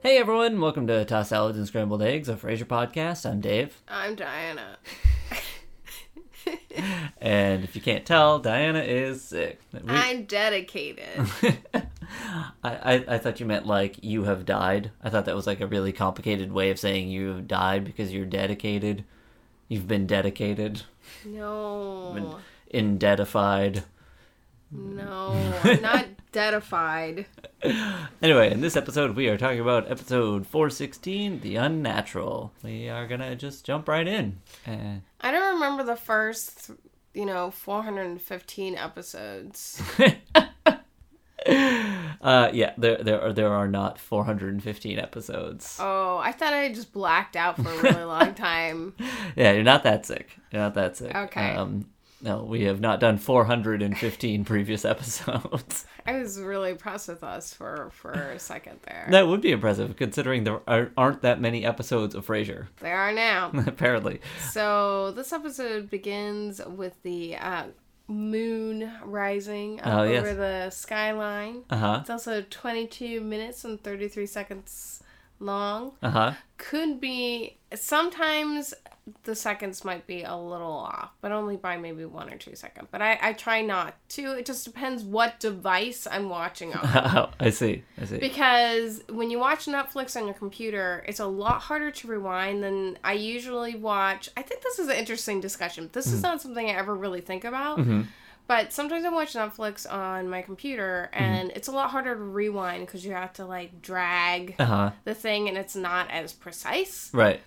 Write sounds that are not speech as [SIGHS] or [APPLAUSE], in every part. Hey everyone, welcome to Toss Salads and Scrambled Eggs, a Fraser podcast. I'm Dave, I'm Diana. and if you can't tell, Diana is sick. We- [LAUGHS] I'm dedicated. I, I, I thought you meant like you have died. I thought that was like a really complicated way of saying you have died because you're dedicated. You've been dedicated, No, indedified. no, I'm not [LAUGHS] dedified. Anyway, in this episode, we are talking about episode 416, The Unnatural. We are gonna just jump right in. Eh. And I don't remember the first, you know, [LAUGHS] 415 episodes. uh, yeah, there, there, are, there are not 415 episodes. Oh, I thought I just blacked out for a really long time. Yeah, you're not that sick. You're not that sick. Okay. Um, no, we have not done 415 [LAUGHS] previous episodes. I was really impressed with us for for a second there. that would be impressive, considering there are- aren't that many episodes of Frasier, [LAUGHS] They are now. apparently. So this episode begins with the uh, moon rising up Oh, yes. over the skyline. Uh huh. It's also 22 minutes and 33 seconds long. Uh huh. Could be sometimes the seconds might be a little off, but only by maybe one or two seconds. But I, I try not to. It just depends what device I'm watching on. Oh, [LAUGHS] I see. I see. Because when you watch Netflix on your computer, it's a lot harder to rewind than I usually watch. I think this is an interesting discussion. This is not something I ever really think about. Mhm. But sometimes I watch Netflix on my computer, and it's a lot harder to rewind because you have to like drag Uh huh. the thing, and it's not as precise. Right.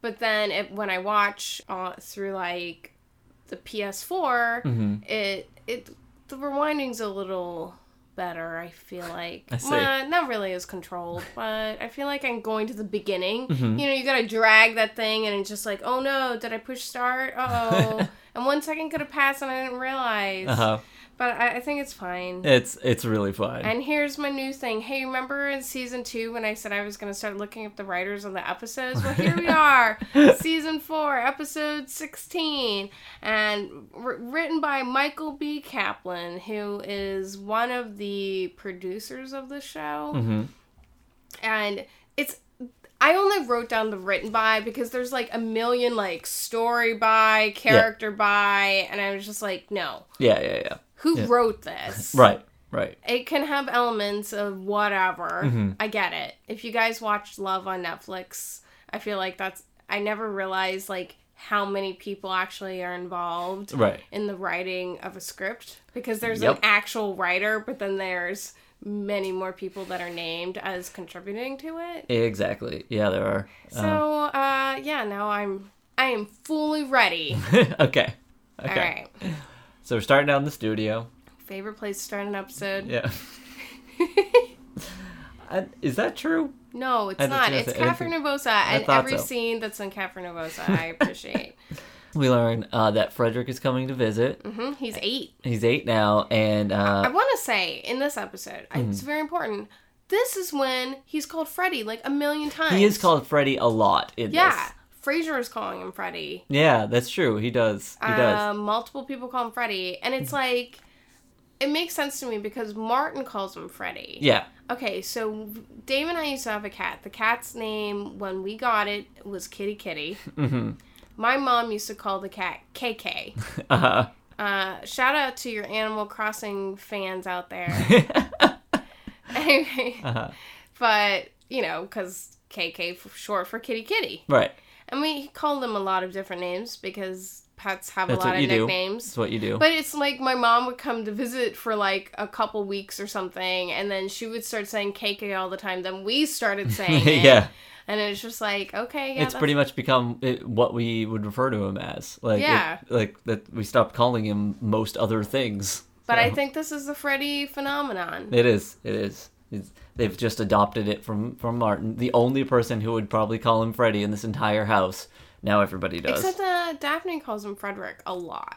But then it, when I watch uh, through like the PS4, Mhm. it it the rewinding's a little better. I feel like I see. Well, not really as controlled, but I feel like I'm going to the beginning. Mm-hmm. You know, you gotta drag that thing, and it's just like, oh no, did I push start? Oh, [LAUGHS] and one second could have passed, and I didn't realize. Uh huh. But I, I think it's fine. It's it's really fun. and here's my new thing. Hey, remember in season two when I said I was going to start looking up the writers on the episodes? Well, here we are, season four, episode 16, and wr- written by Michael B. Kaplan, who is one of the producers of the show hmm and it's I only wrote down the written by because there's like a million like story by, character by, and I was just like, no, Yeah, yeah, yeah. who Yeah. wrote this? Right, right. It can have elements of whatever. Mhm. I get it. If you guys watched Love on Netflix, I feel like that's I never realized like how many people actually are involved Right. in the writing of a script because there's an Yep. actual writer, but then there's many more people that are named as contributing to it. Exactly. Yeah, uh-huh. there are. [LAUGHS] So uh yeah, now I'm I am fully ready. okay. [LAUGHS] Okay. All right. So we're starting out in the studio. Favorite place to start an episode? Yeah. I, is that true? No, it's I just not. gonna It's say, I Catherine Nervosa and thought every so. scene that's in Catherine [LAUGHS] Nervosa I appreciate. We learn uh, that Frederick is coming to visit. hmm He's eight. He's eight now, and I uh, wanna say in this episode, I Mm-hmm. it's very important. This is when he's called Freddy like a million times. he is called Freddy a lot in Yeah. this. Frasier is calling him Freddy. Yeah, that's true. He does. He does. Mm-hmm. Uh, multiple people call him Freddy. And it's like it makes sense to me because Martin calls him Freddy. Yeah. [LAUGHS] Okay, so Dave and I used to have a cat. The cat's name, when we got it, was [LAUGHS] Kitty Kitty. hmm My mom used to call the cat KK. Uh, Uh, shout out to your Animal Crossing fans [LAUGHS] out there. uh-huh. anyway, but, you know, because KK f- short for Kitty Kitty. Right. And we called them a lot of different names because pets have That's a lot what of you do. nicknames. That's what you do. But it's like my mom would come to visit for like a couple weeks or something, and then she would start saying KK all the time. Then we [LAUGHS] started saying it. yeah. And it's just like, okay, yeah, it's pretty much become it, what we would refer to him as. Like, it- Yeah. like that we stopped calling him most other things. But I So, think this is the Freddy phenomenon. it is. It is. It's, they've just adopted it from from Martin. The only person who would probably call him Freddy in this entire house. Now everybody does. Except uh, Daphne calls him Frederick a lot.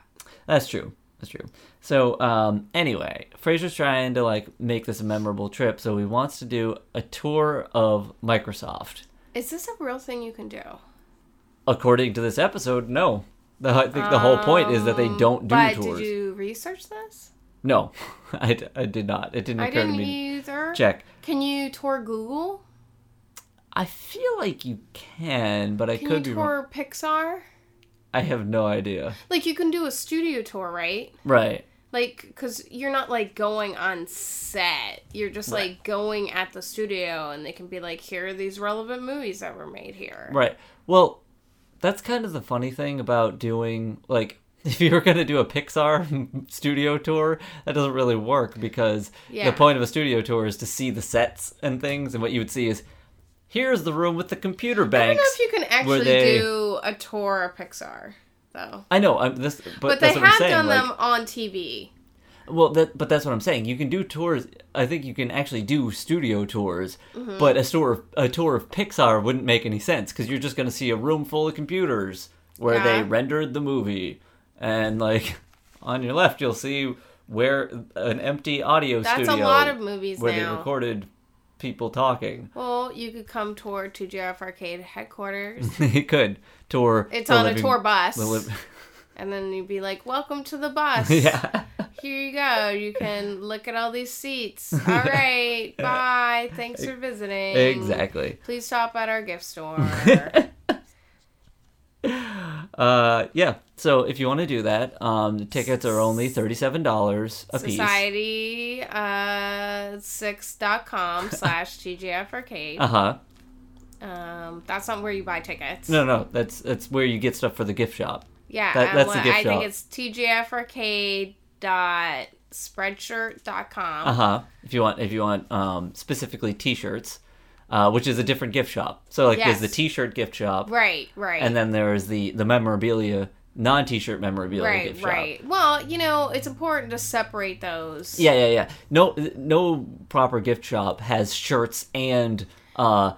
That's true. That's true. So um, anyway, Fraser's trying to like make this a memorable trip, so he wants to do a tour of Microsoft. Is this a real thing you can do? According to this episode, no. The, I think the whole point is that they don't do Um, but tours. did you research this? No, [LAUGHS] I, d- I did not. It didn't I occur to didn't me. either. to Check. Can you tour Google? I feel like you can, but I Can could be you wrong. tour Pixar? I have no idea. Like you can do a studio tour, right? Right. Like, because you're not like going on set. You're just Right. like going at the studio, and they can be like, here are these relevant movies that were made here. Right. Well, that's kind of the funny thing about doing like [LAUGHS] if you were going to do a Pixar [LAUGHS] studio tour, that doesn't really work because Yeah. the point of a studio tour is to see the sets and things and what you would see is here's the room with the computer I don't know banks. if you can actually they- do a tour of Pixar, though. I know, I'm this but, But they that's what I'm have saying. done like, them on TV. Well, that but that's what I'm saying. You can do tours. I think you can actually do studio tours, Mm-hmm. but a tour of, a tour of Pixar wouldn't make any sense because you're just going to see a room full of computers where they Yeah. rendered the movie, and like [LAUGHS] on your left you'll see where an empty audio That's studio a lot of movies where they now. recorded people talking. [LAUGHS] Well, you could come tour to JF Arcade headquarters. they could tour. It's Mm-hmm. the on a living- tour bus. the li- [LAUGHS] and then you'd be like, welcome to the bus. yeah. Here you go. You [LAUGHS] can look at all these seats. All right. Bye. Thanks for visiting. Exactly. Please stop at our [LAUGHS] gift store. Uh, yeah. So if you want to do that, um, the tickets are only thirty-seven dollars a piece. Society uh, six dot com [LAUGHS] slash TGF Arcade. Uh huh. Um, that's not where you buy tickets. Uh. No, no, that's that's where you get stuff for the gift shop. Yeah, That- and that's the what- gift I shop. think it's tgfarcade.spreadshirt.com. Uh huh. If you want, if you want um, specifically T-shirts, uh, which is a different gift shop. So like, Yes. there's the T-shirt gift shop, Right, right. and then there is the the memorabilia, non-T-shirt memorabilia right, gift shop. right. Well, you know, it's important to separate those. [LAUGHS] Yeah, yeah, yeah. No, no proper gift shop has shirts and uh,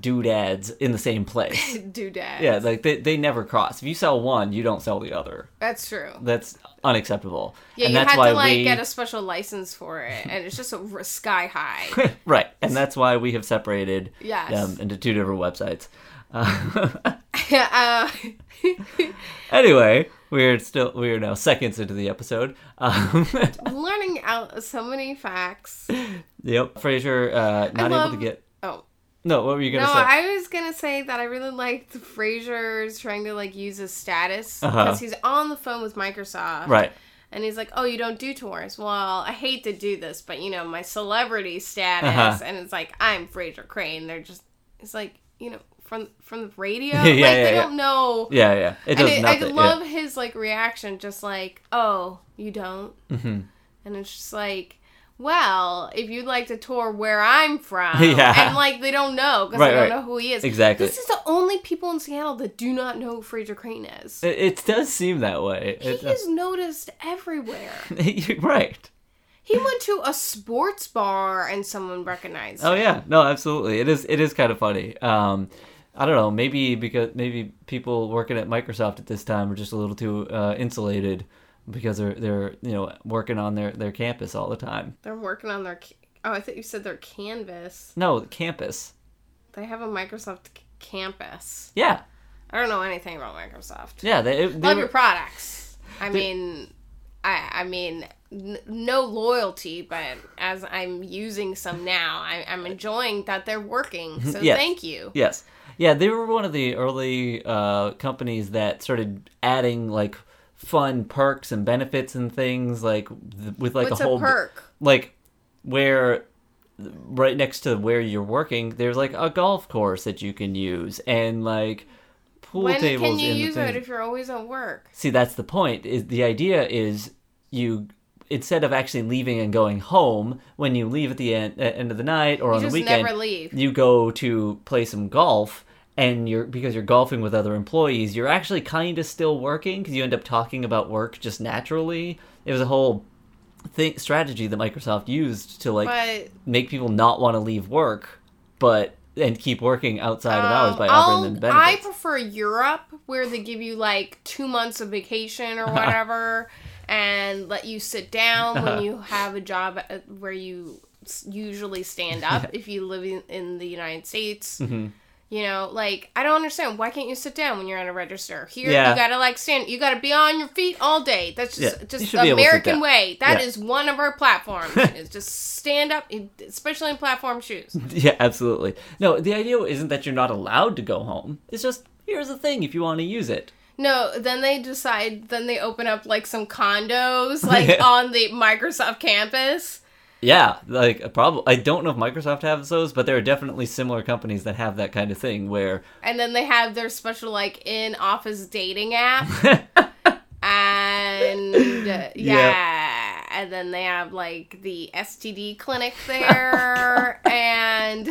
doodads in the same place. Doodad. Yeah, like they, they never cross. If you sell one, you don't sell the other. That's true. That's unacceptable. Yeah, and you that's had why to like we get a special license for it, and it's just a r- sky [LAUGHS] high. [LAUGHS] right, and that's why we have separated Yes. them into two different websites. [LAUGHS] Uh, uh, [LAUGHS] anyway, we're still we are now seconds into the episode. Um, [LAUGHS] learning out so many facts. yep, Fraser uh, not love- able to get. Oh No, what were you no, gonna say? I was gonna say that I really liked Frasier's trying to like use his status Uh-huh. because he's on the phone with Microsoft, Right. And he's like, "Oh, you don't do tours? Well, I hate to do this, but you know my celebrity status." Uh-huh. And it's like, "I'm Fraser Crane." They're just, it's like, you know, from from the [LAUGHS] radio, Yeah, like yeah, they yeah. don't know. Yeah, yeah. It And does it, I nothing. love his like reaction, just like, "Oh, you don't," yeah. Mhm. and it's just like. Well, if you'd like to tour where I'm [LAUGHS] from, Yeah. and like they don't know because Right, they don't right. know who he is. Exactly. This is the only people in Seattle that do not know who Fraser Crane is. It, it does seem that way. he It is noticed everywhere. does- [LAUGHS] You're right. He went to a sports bar and someone recognized Oh him. yeah, no, absolutely. It is. It is kind of funny. Um, I don't know. Maybe because maybe people working at Microsoft at this time are just a little too uh, insulated because they're they're you know working on their their campus all the time. They're working on their. ca- Oh, I thought you said their canvas. No, campus. They have a Microsoft c- campus. Yeah, I don't know anything about Microsoft. yeah. They, they Love were- your products. I mean, I I mean, n- no loyalty, but as I'm using some now, I, I'm enjoying that they're working. So Mm-hmm. Yes. thank you. Yes. Yeah, they were one of the early uh, companies that started adding like fun perks and benefits and things like th- with like What's a a, whole perk? like where right next to where you're working there's like a golf course that you can use and like pool When tables can you and use things. it if you're always at work? see that's the point is the idea is you instead of actually leaving and going home when you leave at the end, at end of the night or on You the just weekend never leave. you go to play some golf and you're because you're golfing with other employees you're actually kind of still working because you end up talking about work just naturally it was a whole thing strategy that microsoft used to like But make people not want to leave work but and keep working outside of hours Um, by I'll- offering them I benefits prefer Europe, where they give you like two months of vacation or [LAUGHS] whatever, and let you sit [LAUGHS] down when you have a job uh, Mm-hmm. where you s- usually stand up. If you live in, in the United States, You know, like I don't understand. Why can't you sit down when you're on a register? Here, Yeah. you gotta like stand. You gotta be on your feet all day. That's just Yeah, you just should be the able to sit American down. way. That is Yeah. one of our [LAUGHS] platforms. is just stand up, especially in platform shoes. [LAUGHS] Yeah, absolutely. No, the idea isn't that you're not allowed to go home. It's just here's the thing if you want to use it. No, then they decide. Then they open up like some [LAUGHS] condos, like Yeah. on the Microsoft campus. Yeah, like a problem. I don't know if Microsoft has those, but there are definitely similar companies that have that kind of thing where and then they have their special like in office dating [LAUGHS] app and uh, yeah. and then they have like the std clinic [LAUGHS] there and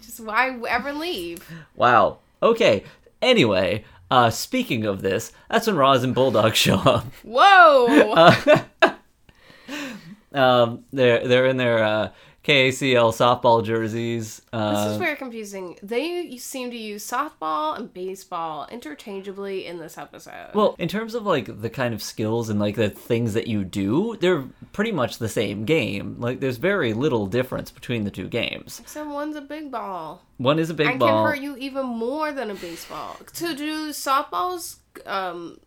just why ever leave wow. Okay. Anyway, uh speaking of this, that's when Roz and Bulldog [LAUGHS] show up. whoa Um they're they're in their uh KACL softball jerseys. Uh, this is very confusing they seem to use softball and baseball interchangeably in this episode Well, in terms of like the kind of skills and like the things that you do, they're pretty much the same game. Like there's very little difference between the two games. so one's a big ball One is a big I ball. can hurt you even more than a baseball. To do softballs um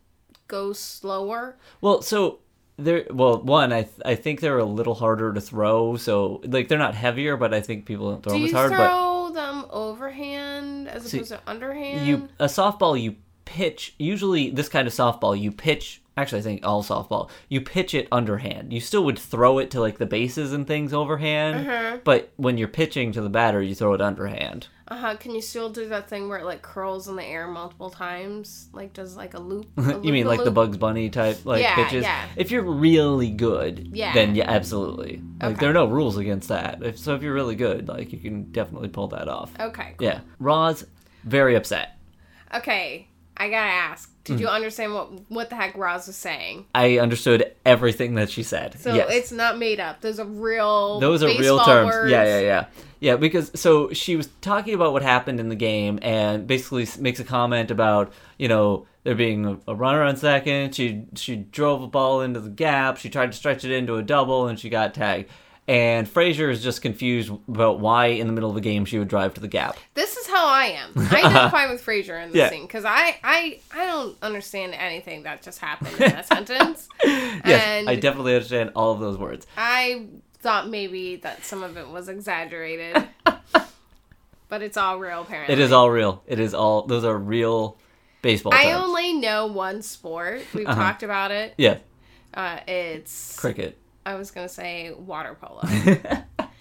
go slower? Well, so they're well, one I th- I think they're a little harder to throw. So like they're not heavier, but I think people don't throw Do them as you hard. throw them overhand as opposed to but underhand? you a softball you pitch usually this kind of softball you pitch. Actually, I think all softball you pitch it underhand. You still would throw it to like the bases and things overhand, Uh-huh. but when you're pitching to the batter, you throw it underhand. uh huh. Can you still do that thing where it like curls in the air multiple times? Like does like a loop? a [LAUGHS] You mean like the loop-a-loop? Bugs Bunny type like Yeah, pitches? yeah. If you're really good, Yeah. then yeah, absolutely. Like Okay. there are no rules against that. If, so if you're really good, like you can definitely pull that off. Okay. cool. Yeah, Roz, very upset. Okay. I gotta ask. Hmm. Did you understand what what the heck Roz was saying? I understood everything that she said. So yes. it's not made up. Those are real. those are real baseball terms. Words. Yeah, yeah, yeah. Yeah, because so she was talking about what happened in the game and basically s- makes a comment about, you know, there being a, a runner on second. She she drove a ball into the gap. She tried to stretch it into a double and she got tagged. And Frazier is just confused about why in the middle of a game she would drive to the gap. [LAUGHS] This is how I am. I identify with Frasier in this Yeah. scene because I, I I don't understand anything that just happened [LAUGHS] in that sentence. Yes, and I definitely understand all of those words. I thought maybe that some of it was exaggerated, [LAUGHS] but it's all real apparently. It is all real. It is all those are real baseball I terms. only know one sport. We've talked about it. yeah, Uh, it's cricket. I was gonna say water polo,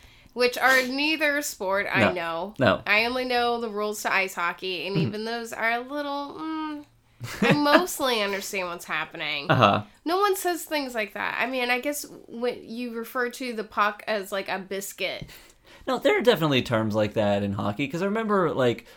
[LAUGHS] which are neither sport I No. know. No. I only know the rules to ice hockey, Hmm. and even those are a little. Mm, [LAUGHS] I mostly understand what's happening. Uh huh. No one says things like that. I mean, I guess when you refer to the puck as like a biscuit, No, there are definitely terms like that in hockey because I remember like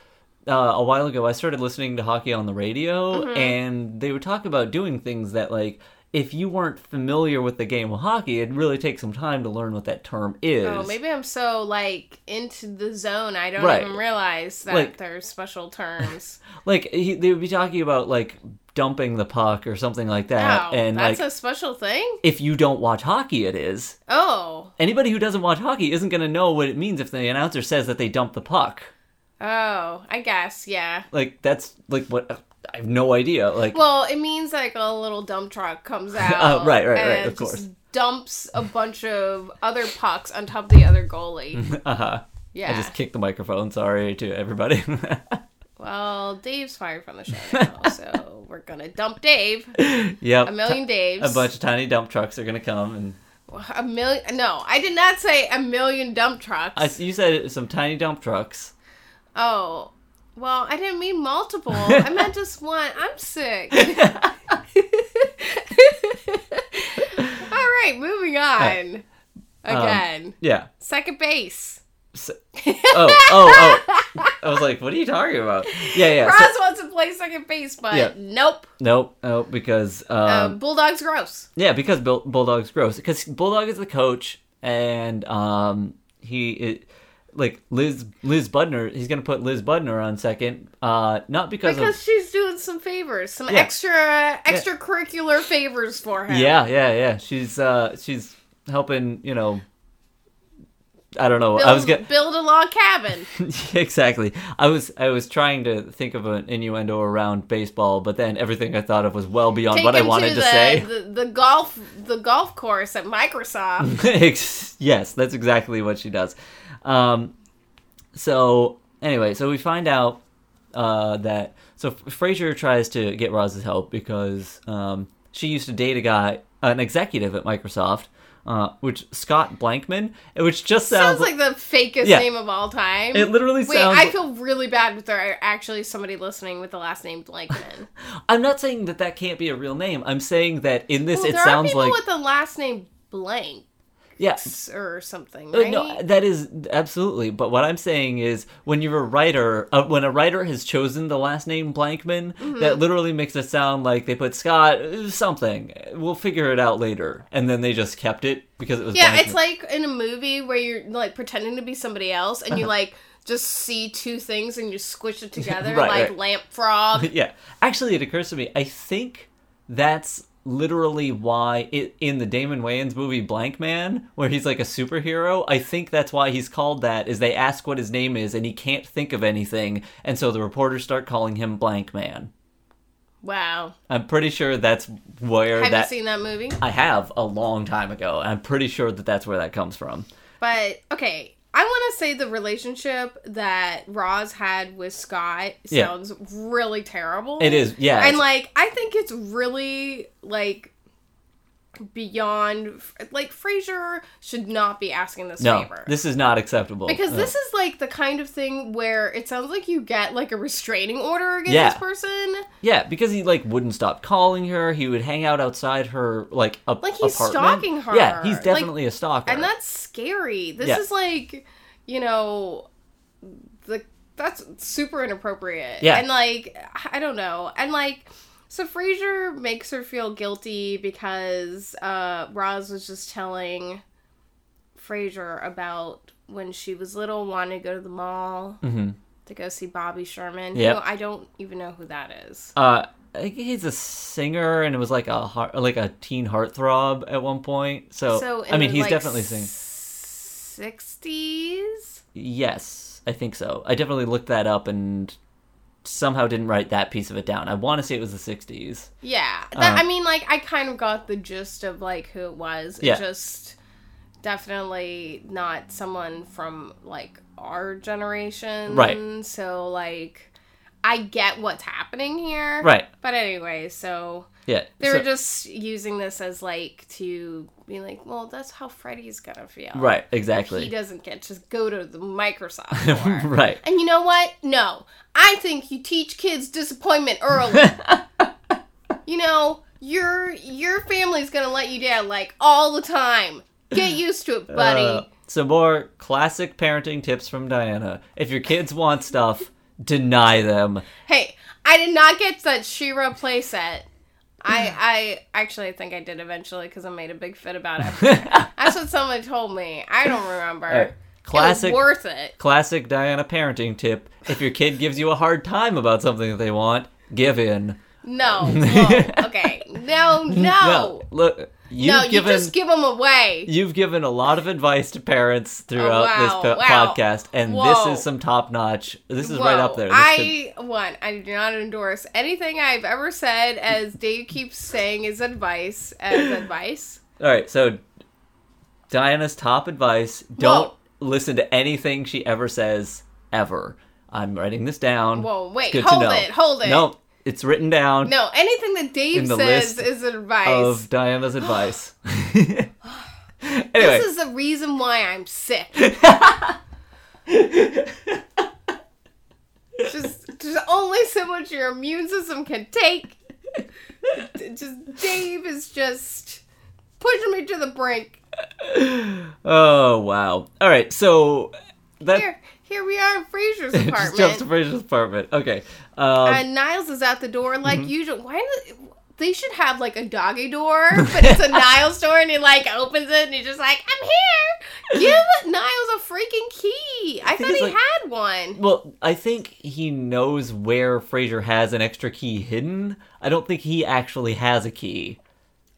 uh, a while ago I started listening to hockey on the radio Mm-hmm. and they would talk about doing things that like if you weren't familiar with the game of hockey, it'd really take some time to learn what that term is. oh, maybe I'm so like into the zone, I don't Right. even realize that Like- there's special terms. Like he, they would be talking about like dumping the puck or something like that, oh, uh, and like that's a special thing. if you don't watch hockey, it is. Oh, Anybody who doesn't watch hockey isn't going to know what it means if the announcer says that they dump the puck. oh, I guess, yeah. Like that's like what I have no idea. Like [LAUGHS] Well, it means like a little dump truck comes out. Oh, right, right, right, and of course. Just dumps a bunch of other pucks on top of the other [LAUGHS] goalie. uh huh. Yeah. I just kicked the microphone. Sorry to everybody. [LAUGHS] Well, Dave's fired from the show [LAUGHS] now, so we're gonna dump Dave. yep. A million Daves. [LAUGHS] A bunch of tiny dump trucks are gonna come, and A million. No, I did not say a million dump trucks. I, you said it, some tiny dump trucks. oh, well, I didn't [LAUGHS] mean multiple. I meant just one. I'm sick. [LAUGHS] All right, moving on. Uh, Again, Yeah. [LAUGHS] second base. S oh, oh, oh! I was like, "What are you talking about?" Yeah, yeah. so- Ross wants to play second base, but Yeah. nope. nope, no, because um, Um, Bulldog's gross. yeah, because Bull- Bulldog's gross. Because Bulldog is the coach, and um, he it, like Liz Liz Budner. He's gonna put Liz Budner on second, uh, not because, of Because she's doing some favors, some Yeah. extra extracurricular favors for him. Yeah, yeah, yeah. She's uh she's helping, you know, I don't know. Build, I was going build a log cabin. exactly. I was I was trying to think of an innuendo around baseball, but then everything I thought of was well beyond [LAUGHS] Take what I him wanted to, the, say. The, the golf the golf course [LAUGHS] at Microsoft. Ex- yes, that's exactly what she does. Um, so anyway, so we find out uh, that so F- Frasier tries to get Roz's help because um, she used to date a guy, an executive at Microsoft, uh, which Scott Blankman, which just sounds, Sounds like the fakest Yeah. name of all time. it literally Wait, sounds. I feel really bad if there are actually somebody listening with the last name Blankman. I'm not saying that that can't be a real name. I'm saying that in this, [LAUGHS] Well, it there are sounds people like with the last name Blanks yes. or something, Uh, right? No, that is absolutely. But what I'm saying is, when you're a writer, uh, when a writer has chosen the last name Blankman, Mm-hmm. that literally makes it sound like they put Scott uh, something. We'll figure it out later, and then they just kept it because it was. yeah, Blankman. it's like in a movie where you're like pretending to be somebody else, and you Uh-huh. like just see two things and you [LAUGHS] squish it together, Right, like right. lamp [LAUGHS] frog. yeah. Actually, it occurs to me. I think that's literally why it in the Damon Wayans movie Blank Man, where he's like a superhero. I think that's why he's called that. Is they ask what his name is, and he can't think of anything, and so the reporters start calling him Blank Man. Wow, I'm pretty sure that's where have that you seen that movie? I have a long time ago. I'm pretty sure that that's where that comes from. But okay, I want to say the relationship that Roz had with Scott Yeah. sounds really terrible. It is, yeah. and it's- like I think it's really like beyond like Frasier should not be asking this no, favor. this is not acceptable Uh, because No. this is like the kind of thing where it sounds like you get like a restraining order against Yeah. this person. yeah, because he like wouldn't stop calling her. He would hang out outside her like a, Like, he's apartment. stalking her. Yeah, he's Like, definitely a stalker. And that's scary. This Yeah. is like, you know, the that's super inappropriate. Yeah. And like, I don't know. And like, so Frasier makes her feel guilty because uh, Roz was just telling Frasier about when she was little, wanted to go to the mall Mhm. to go see Bobby Sherman. Yep. Who I don't even know who that is. uh, I think he's a singer, and it was like a heart, like a teen heartthrob at one point. So, So I mean, the, he's like, definitely singing. 60s? Yes, I think so. I definitely looked that up and somehow didn't write that piece of it down. I want to say it was the 60s. Yeah, that, Uh, I mean, like I kind of got the gist of like who it was. It Yeah. just definitely not someone from like our generation, Right. So like, I get what's happening here, Right. But anyway, so Yeah. they so- were just using this as like to be like, well, that's how Freddy's gonna feel, right, He exactly. [LAUGHS] doesn't get to go to the Microsoft store. right. And you know what? No. I think you teach kids disappointment [LAUGHS] early. you know, your your family's going to let you down like all the time. [LAUGHS] Get used to it, buddy. Uh, some more classic parenting tips from Diana. If your kids want stuff, deny them. hey, I did not get that Shira playset. [SIGHS] I I actually I think I did eventually cuz I made a big fit [LAUGHS] about it. That's what someone told me. I don't remember. Alright, It Classic was worth it. classic Diana parenting tip. If your kid gives you a hard time about something that they want, give in. [LAUGHS] No. whoa, okay. No, no. Look, you've No, you given just give them away. You've given a lot of advice to parents throughout Oh, wow, this po- wow. podcast, and Whoa. this is some top notch. This is right up there. This could- I one, I do not endorse anything I've ever said as Dave keeps saying is advice [GASPS] as advice. All right, so Diana's top advice: don't listen to anything she ever says ever. I'm writing this down. Whoa, wait, Good to hold know. it, hold it. No, it's written down No, anything that Dave In the says list is advice. of [GASPS] Diana's advice. [LAUGHS] anyway, This is the reason why I'm sick. just, just only so much your immune system can take. Just Dave is just pushing me to [LAUGHS] the brink. [LAUGHS] oh wow. All right, so that Here, here we are in [LAUGHS] Fraser's just jumps apartment. to Fraser's apartment. Okay. Um, mm-hmm. and Niles is at the door like usual. Why do they should have like a doggy [LAUGHS] door, but it's a Niles door, and he like opens it, and he's just like, "I'm here." Give Niles a freaking key. I, thought it's he like- had one. Well, I think he knows where Fraser has an extra key hidden. I don't think he actually has a key.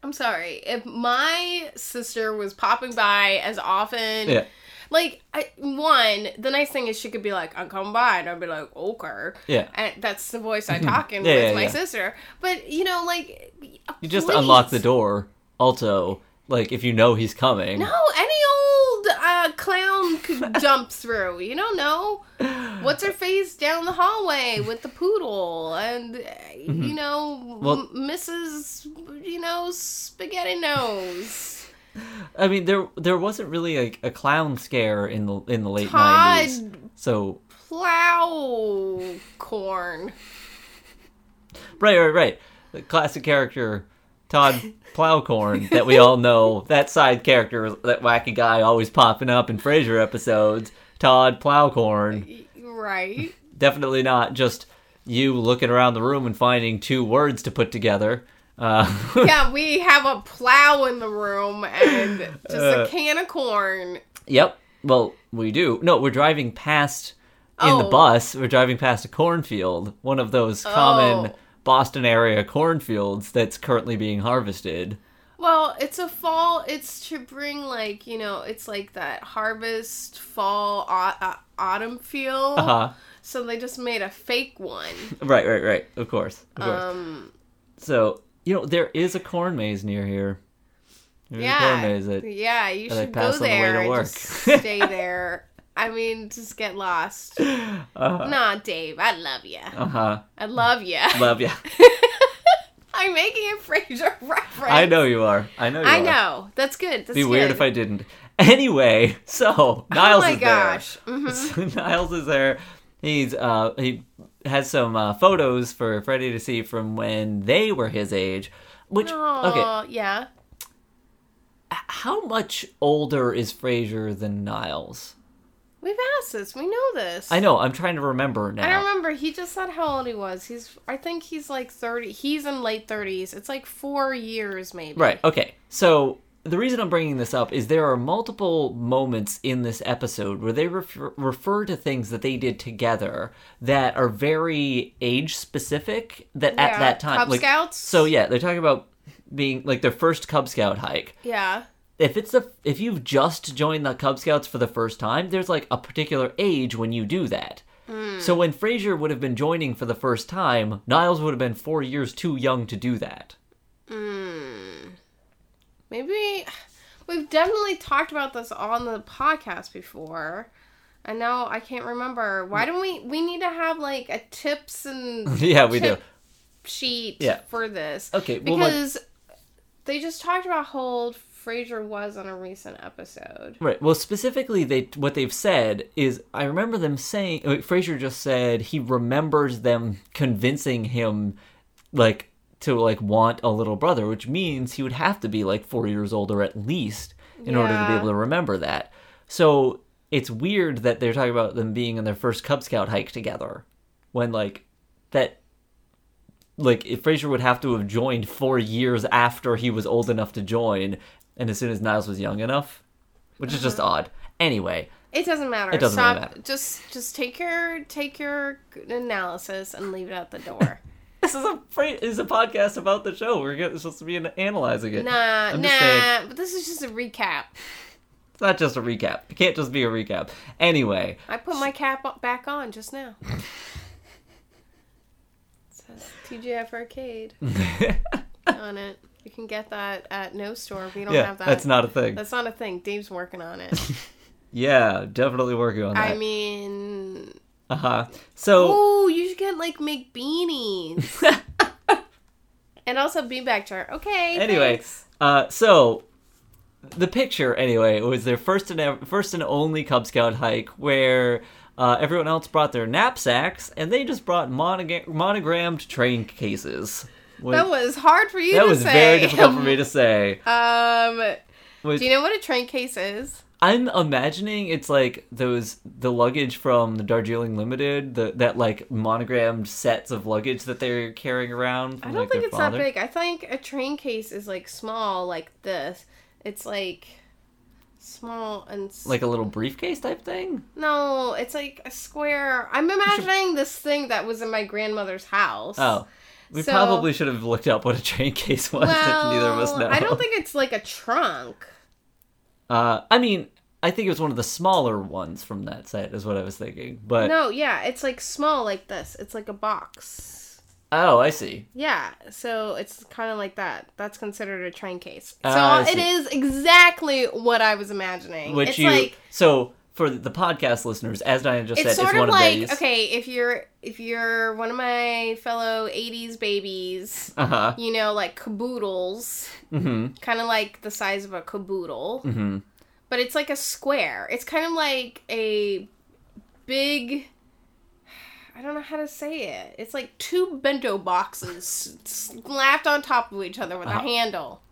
I'm sorry. If my sister was popping by as often, Yeah. Like, I, one, the nice thing is she could be like, "I'll come by," and I'd be like, "Okay." Yeah. And that's the voice I talk [LAUGHS] in Yeah, with yeah, my yeah. sister. But you know, like, You just unlock the please. door. Also, like if you know he's coming. No, any old uh, [LAUGHS] clown could jump through. You don't know. What's her face down the hallway with the poodle and, uh, you know, Mm-hmm. Well- m- Mrs. You know, Spaghetti Nose. I mean there there wasn't really a, a clown scare in the in the late Todd nineties. So Plow Corn. right, right, right. The classic character [LAUGHS] Todd Plowcorn that we all know. That side character, that wacky guy, always popping up in Frasier episodes. Todd Plowcorn. Y- [LAUGHS] Right. definitely not just you looking around the room and finding two words to put together. Uh, Yeah, we have a plow in the room and just a Uh. can of corn. [LAUGHS] yep. Well, we do. No, we're driving past in the Oh. bus. We're driving past a cornfield, one of those common Oh. Boston area cornfields that's currently being harvested. Well, it's a fall. It's to bring like you know, it's like that harvest fall au- uh, autumn feel. Uh huh. So they just made a fake one. [LAUGHS] Right, right, right. Of course. Of course. Um, so, you know, there is a corn maze near here. There's a corn yeah, maze that yeah. You that I should go pass on the way there to and work. just [LAUGHS] stay there. I mean, just get lost. uh-huh. Nah, Dave, I love you. Uh huh. I love you. Love ya. [LAUGHS] I'm making a Fraser [LAUGHS] reference. I know you are. I know you I are. know. That's good. That's be weird good. if I didn't. [LAUGHS] Anyway, so Niles oh my is [LAUGHS] gosh. there. Mhm. So Niles is there. He's uh he has some uh, photos for Freddie to see from when they were his age. Which okay, Aw, Yeah. h- how much older is Frasier than Niles? We've asked this. We know this. I know. I'm trying to remember now. I don't remember. He just said how old he was. He's. I think he's like thirty. He's in late thirties. It's like four years, maybe. Right. Okay. So the reason I'm bringing this up is there are multiple moments in this episode where they refer, refer to things that they did together that are very age specific. That Yeah. at that time, Cub like, Scouts. So yeah, they're talking about being like their first Cub Scout hike. Yeah. If it's the if you've just joined the Cub Scouts for the first time, there's like a particular age when you do that. Hmm. So when Frazier would have been joining for the first time, Niles would have been four years too young to do that. [LAUGHS] Maybe we've definitely talked about this on the podcast before. And now I can't remember. Why don't we? We need to have like a tips and [LAUGHS] yeah, we do. tip sheet Yeah. for this. Okay, well, like- Because they just talked about how old Frasier was on a recent episode. Right. Well, specifically, they what they've said is I remember them saying like, Fraser just said he remembers them convincing him like to like want a little brother, which means he would have to be like four years older at least in order to be Yeah. able to remember that. So it's weird that they're talking about them being on their first Cub Scout hike together when like that. Like if Fraser would have to have joined four years after he was old enough to join, and as soon as Niles was young enough, which is just Uh-huh. odd. Anyway, It doesn't matter. It doesn't Stop. really matter. Just just take your take your analysis and leave it out the door. [LAUGHS] this is a fra- is a podcast about the show. We're gonna, supposed to be an- analyzing it. nah, I'm nah. just saying, But this is just a recap. it's not just a recap. It can't just be a recap. [LAUGHS] Anyway, I put my cap o- back on [LAUGHS] just now. it says [LAUGHS] TGF Arcade on it. You can get that at No Store. We don't yeah, have that. that's not a thing. That's not a thing. Dave's working [LAUGHS] on it. Yeah, definitely working on I that. mean, Uh huh. So oh, you should get like make beanies [LAUGHS] and also beanbag chair. Okay. anyway, thanks. uh, so the picture anyway was their first and ev- first and only Cub Scout hike where. Uh, everyone else brought their knapsacks, and they just brought monoga- monogrammed train cases. Which, That was hard for you that to was say. very difficult for [LAUGHS] me to say. Um, Which- do you know what a train case is? I'm imagining it's like those the luggage from the Darjeeling Limited, the that like monogrammed sets of luggage that they're carrying around. From, I don't Oh, like, think their it's father. that big. I think a train case is like small, like this. It's like small and s- Like a little briefcase type thing. no, it's like a square. I'm imagining this thing that was in my grandmother's house. Oh, we So- probably should have looked up what a train [LAUGHS] case was. well, if neither of us know. I don't think it's like a trunk. [LAUGHS] Uh, I mean, I think it was one of the smaller ones from that set, is what I was thinking. But No, yeah, it's like small like this. It's like a box. oh, I see. Yeah, so it's kind of like that. That's considered a train case. So Ah, I it see. is exactly what I was imagining. Which it's you like so for the podcast listeners, as Diana just it's said, sort it's one of of like these. okay, if you're if you're one of my fellow '80s babies, Uh huh. you know, like caboodles, hmm kind of like the size of a caboodle, hmm but it's like a square. It's kind of like a big. I don't know how to say it. It's like two bento boxes slapped on top of each other with Uh-huh. a handle.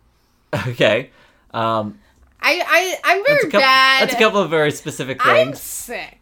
[LAUGHS] Okay. Um, I, I I'm that's, very a couple, bad. that's a couple of very specific [LAUGHS] I'm things. sick.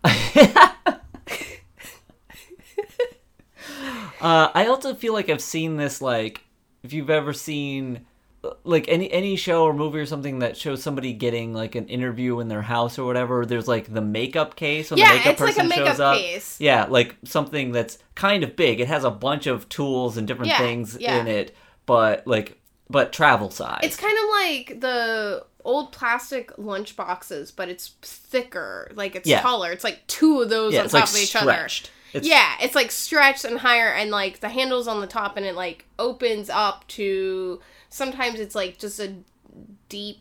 Uh, I also feel like I've seen this like if you've ever seen uh, like any any show or movie or something that shows somebody getting like an interview in their house or whatever. There's like the makeup case when Yeah, the makeup it's like a person makeup shows up. case. Yeah, like something that's kind of big. It has a bunch of tools and different Yeah, things yeah. in it, but like but travel size. It's kind of like the old plastic lunch boxes, but it's thicker. Like it's Yeah. taller. It's like two of those yeah, on it's top like of each stretched. other. It's, yeah, it's like stretched and higher, and like the handles on the top, and it like opens up to. Sometimes it's like just a deep.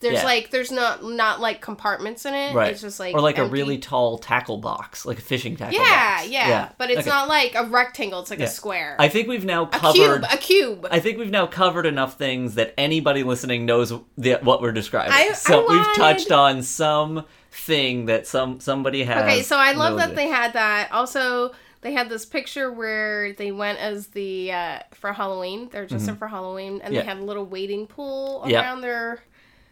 There's Yeah. like there's not not like compartments in it. Right. It's just like or like a empty. really tall tackle box, like a fishing tackle yeah, box. yeah But it's Okay. not like a rectangle. It's like Yeah. a square. I think we've now a covered cube. A cube. I think we've now covered enough things that anybody listening knows the, what we're describing. I- I so we've wanted- touched on some thing that some somebody has. Okay, so I love knows that it. they had that. Also, they had this picture where they went as the uh, for Halloween. They're just in for Halloween, and Mm-hmm. Yeah. they had a little wading pool Yeah. around their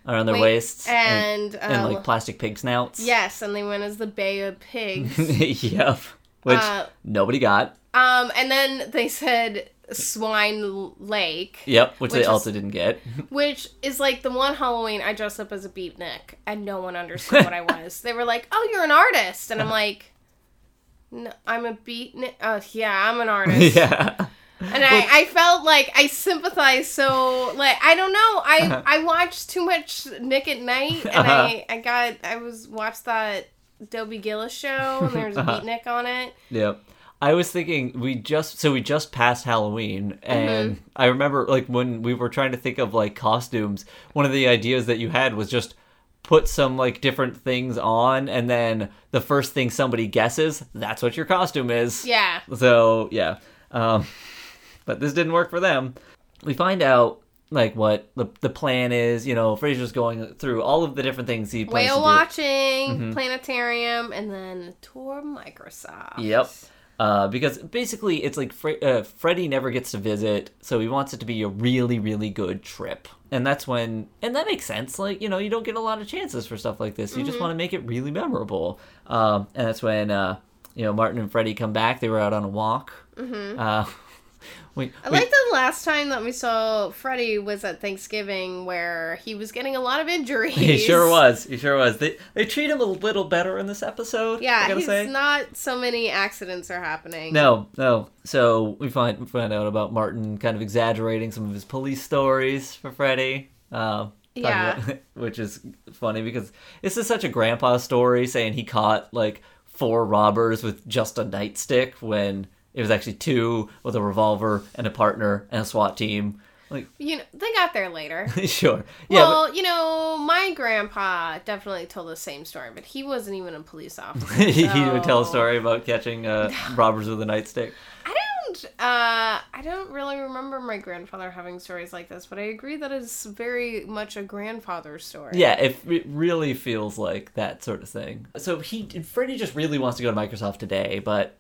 around their wait, waists and, and, and, uh, like plastic pig snouts. yes, and they went as the Bay of Pigs. [LAUGHS] yep. Which Uh, nobody got. um, and then they said Swine Lake, Yep, which, they which is- also didn't get. [LAUGHS] which is like the one Halloween I dressed up as a beatnik, and no one [LAUGHS] understood what I was. They were like, "Oh, you're an artist," and I'm like. No, I'm a beatnik. Oh, yeah, I'm [LAUGHS] an artist. yeah. and I, I felt like I sympathized so like I don't know I Uh-huh. I watched too much Nick at Night and I I got I was watched that Dobie Gillis show and there was [LAUGHS] a Uh-huh. beatnik on it Yep. I was thinking we just so we just passed Halloween and I remember like when we were trying to think of like costumes, one of the ideas that you had was just put some like different things on and then the first thing somebody guesses, that's what your costume is. yeah So yeah, um, [LAUGHS] but this didn't work for them. We find out like what the the plan is. You know, Fraser's going through all of the different things he plans whale to do. Mm-hmm. watching planetarium and then tour Microsoft Yep. Uh, because basically, it's like Fre- uh, Freddy never gets to visit, so he wants it to be a really, really good trip, and that's when, and that makes sense. Like you know, you don't get a lot of chances for stuff like this. You Mm-hmm. just want to make it really memorable, um, and that's when uh, you know Martin and Freddy come back. They were out on a walk. Mm-hmm. Uh, [LAUGHS] we, I we- like the last time that we saw Freddy was at Thanksgiving where he was getting a lot of [LAUGHS] [LAUGHS] injuries he sure was. He sure was. They they treat him a little better in this episode. I yeah gotta he's say. not so many accidents are happening No, no. So we find we find out about Martin kind of exaggerating some of his police stories for Freddy. Um, talking Yeah. about- [LAUGHS] which is funny because this is such a grandpa story, saying he caught like four robbers with just a nightstick when it was actually two with a revolver and a partner and a SWAT team. Like, [LAUGHS] you know they got there later sure, [LAUGHS] yeah, Well, you know, my grandpa definitely told the same story, but he wasn't even a police but officer. [LAUGHS] he would tell a so- story about catching uh, robbers with a nightstick. I don't. Uh, I don't really remember my grandfather having stories like this, but I agree that it's very much a grandfather story. Yeah, it, it really feels like that sort of thing. So he, Freddy, just really wants to go to Microsoft today, but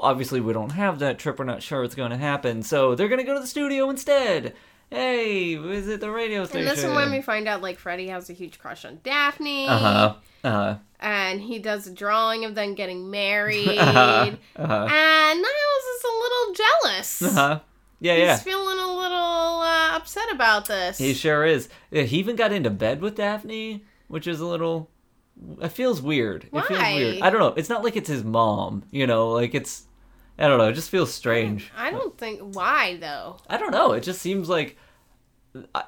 obviously we don't have that trip. We're not sure what's going to happen, so they're going to go to the studio instead. Hey, visit the radio And station. this is when we find out, like, Freddie has a huge crush on Daphne, Uh huh. Uh huh. and he does a drawing of them [LAUGHS] getting married, Uh huh. and Niles is a little jealous. Uh huh. Yeah, He's yeah. feeling a little uh, upset about this. He sure is. Yeah, He even got into bed with Daphne, which is a little. It feels weird. It feels Why? weird. I don't know. It's not like it's his mom, you know. Like it's. I don't know. It just feels strange. I don't think why though. I don't know. It just seems like I,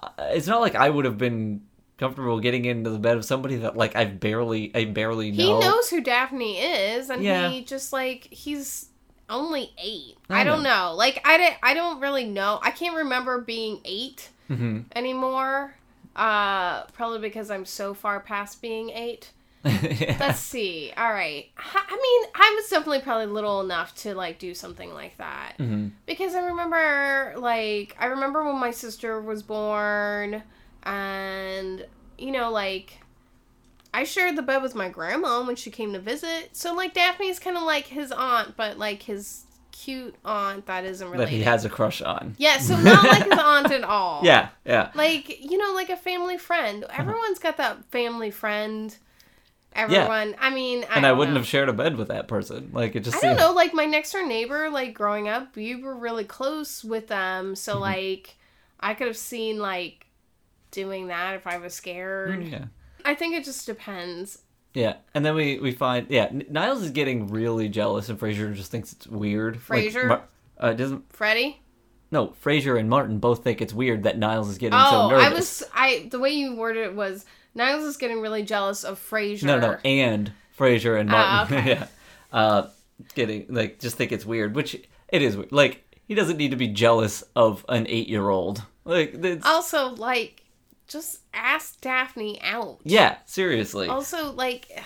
I- it's not like I would have been comfortable getting into the bed of somebody that like I barely I barely know. He knows who Daphne is, and Yeah. he just like he's only eight. I I, don't know. know. Like I didn't. I don't really know. I can't remember being eight Mm-hmm. anymore. Uh, probably because I'm so far past being eight. [LAUGHS] Mhm. Let's see. All right. I I mean, I was definitely probably little enough to like do something like that Mhm. because I remember like I remember when my sister was born and you know like I shared the bed with my grandma when she came to visit. So like Daphne's kind of like his aunt but like his cute aunt that isn't that he related. has a crush on. yeah, so not [LAUGHS] like his aunt at all. Yeah, Uh-huh. yeah. Like, you know, like a family friend. Everyone's got that family friend. Everyone. I mean, I And I don't wouldn't know. have shared a bed with that person. Like it just [LAUGHS] I seemed don't know, like my next door neighbor, like growing up, we were really close with them. So Mm-hmm. like I could have seen like doing that if I was scared. Yeah. I think it just depends. Yeah, and then we we find yeah N- Niles is getting really jealous, and Frasier just thinks it's weird. Like, Frasier? Mar- uh, doesn't Freddie? no Frasier and Martin both think it's weird that Niles is getting so Oh, nervous. I was I the way you worded it was Niles is getting really jealous of Frasier. No, no, and Frasier and Ah, Martin. [LAUGHS] okay. yeah, uh, getting like just think it's weird, which it is. weird. Like he doesn't need to be jealous of an eight-year-old. Like it's, Also, like, just ask Daphne out. yeah, seriously. Also, like, ugh,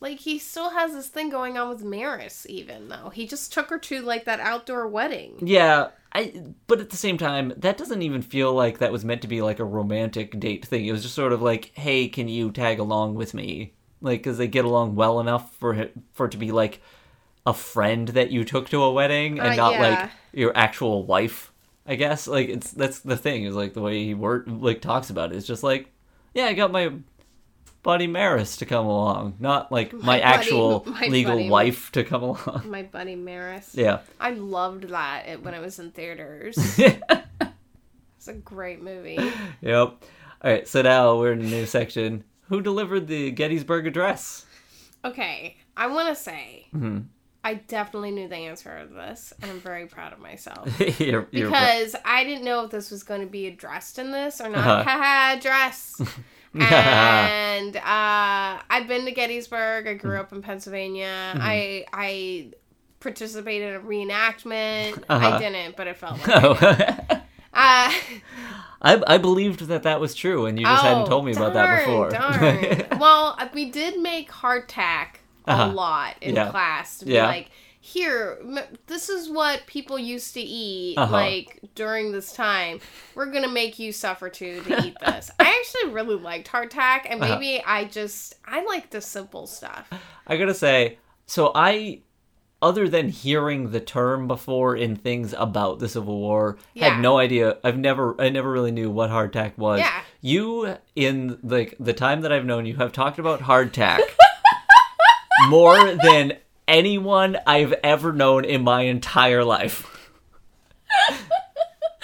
like he still has this thing going on with Maris. Even though he just took her to like that outdoor wedding. Yeah, I. But at the same time, that doesn't even feel like that was meant to be like a romantic date thing. It was just sort of like, hey, can you tag along with me? Like, because they get along well enough for it, for it to be like a friend that you took to a wedding and Uh, not yeah. like your actual wife. I guess like it's that's the thing is like the way he wor like talks about it. It's just like, yeah, I got my buddy Maris to come along, not like my, buddy- actual my legal buddy- wife to come along. [LAUGHS] My buddy Maris. yeah. [LAUGHS] I loved that it, when it was in theaters. it's a great movie. Yep. All right, so now we're in a new section. Who delivered the Gettysburg Address? [LAUGHS] Okay, I want to say Mhm. I definitely knew the answer to this, and I'm very proud of myself. You're- [LAUGHS] you're right. because I didn't know if this was going to be addressed in this or Uh-huh. not. Haha, [LAUGHS] address. and uh, I've been to Gettysburg. I Mm-hmm. grew up in Pennsylvania. I I participated in a reenactment. Uh-huh. I didn't, but it felt [LAUGHS] like. it. Oh. Uh, I, I believed that that was true, and you just hadn't oh, told me about that before. [LAUGHS] darn, darn. well, uh, we did make hardtack a Uh-huh. lot in Yeah. class. To be Yeah. like, here, m- this is what people used to eat Uh-huh. like during this time. We're gonna make you suffer too to eat this. I actually really liked hardtack, [LAUGHS] and Uh-huh. maybe I just I like the simple stuff. I gotta say, so I, other than hearing the term before in things about the Civil War, Yeah. had no idea. I've never, I never really knew what hardtack was. Yeah. You in like the time that I've known you have talked about [LAUGHS] hardtack more than anyone I've ever known in my entire life. [LAUGHS]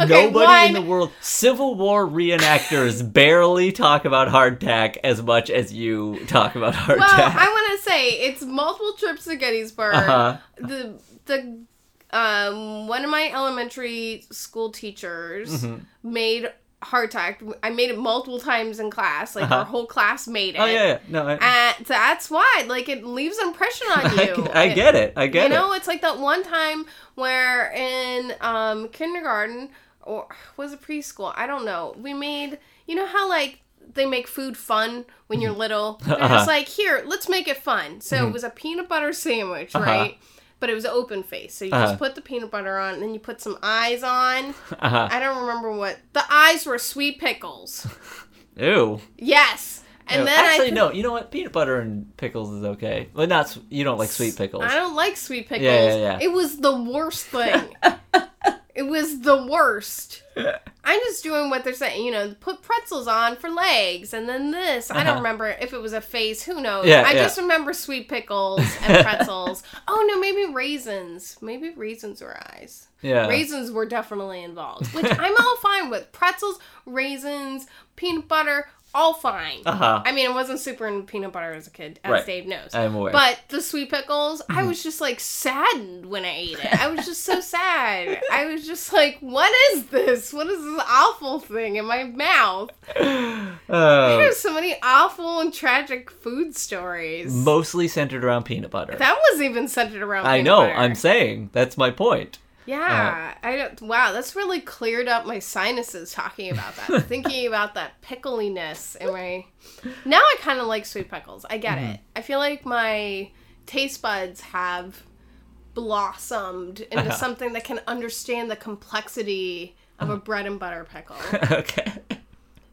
Okay, Nobody in one- the world, Civil War reenactors barely talk about hardtack as much as you talk about Well, hardtack. I want to say it's multiple trips to Gettysburg. Uh-huh. The the um, one of my elementary school teachers Mm-hmm. made hardtack. I made it multiple times in class. Like our whole class made it. Uh-huh. oh yeah, yeah. no, I, And that's why, like, it leaves an impression [LAUGHS] on I, you. I It- get it. I get you it. know, it's like that one time where in um, kindergarten or was it preschool? I don't know. We made you know how like they make food fun [LAUGHS] when you're little. They're Uh-huh. Mm-hmm. just like, here, let's make it fun. So it was a peanut butter sandwich, Uh-huh. right? But it was open face. So you Uh-huh. just put the peanut butter on, and then you put some [LAUGHS] eyes on. Uh-huh. I don't remember what the eyes were. [LAUGHS] Sweet pickles. Ew. Yes. And Ew. then actually I no. You know what? Peanut butter and pickles is okay, but not s- you don't like sweet pickles. I don't like sweet pickles. Yeah, yeah, yeah. It was the worst [LAUGHS] thing. it was the worst. I'm just doing what they're saying. You know, put pretzels on for legs, and then this. I Uh-huh. don't remember if it was a face. Who knows? Yeah, I yeah. just remember sweet pickles [LAUGHS] and pretzels. oh no, maybe raisins. Maybe raisins were eyes. Yeah. Raisins were definitely involved, which I'm all fine with. Pretzels, raisins, peanut butter, all fine. Uh-huh. I mean, I wasn't super into peanut butter as a kid, as Right. Dave knows. I'm aware. But the sweet pickles, Mm-hmm. I was just like saddened when I ate it. I was [LAUGHS] just so sad. I was just like, what is this? What is this awful thing in my mouth? [SIGHS] Uh, There's so many awful and tragic food stories. mostly centered around peanut butter. that was even centered around. I peanut know. butter. I'm saying that's my point. [LAUGHS] Yeah, I don't. Wow, that's really cleared up my sinuses talking about [LAUGHS] that, thinking about that pickliness in my. Now I kind of like sweet pickles. I Mm-hmm. get it. I feel like my taste buds have blossomed into Uh-huh. something that can understand the complexity of a bread and butter pickle. okay.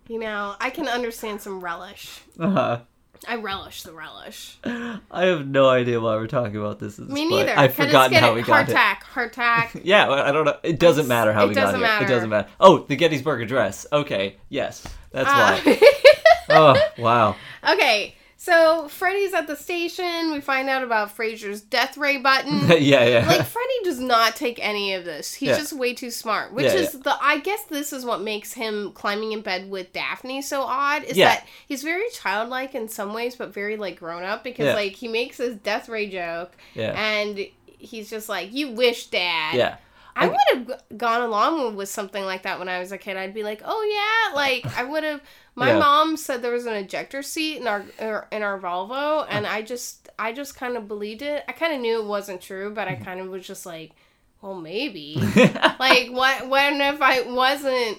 you know, I can understand some relish. Uh-huh. I relish the relish. I have no idea why we're talking about this. At this Me point. neither. I've Can I just forgotten get how it? we Heart got it. attack. Heart attack. Yeah, well, I don't know. It doesn't matter how it we got doesn't here. matter. It doesn't matter. Oh, the Gettysburg Address. Okay, yes, [LAUGHS] that's why. [LAUGHS] Uh, [LAUGHS] oh, wow. Okay, so Freddy's at the station. We find out about Frasier's death [LAUGHS] ray yeah, button. yeah. like Freddy does not take any of this. He's Yeah. just way too smart. Which Yeah, is the I guess this is what makes him climbing in bed with Daphne so odd is Yeah. that he's very childlike in some ways, but very like grown up because Yeah. like he makes his death ray joke yeah, and he's just like, "You wish, Dad." yeah. [LAUGHS] I I- would have g- gone along with something like that when I was a kid. I'd be like, "Oh yeah," like I would have. My Yeah. mom said there was an ejector seat in our er, in our Volvo, and I just I just kind of believed it. I kind of knew it wasn't true, but I Mm-hmm. kind of was just like, "Well, maybe." [LAUGHS] like what? When if I wasn't?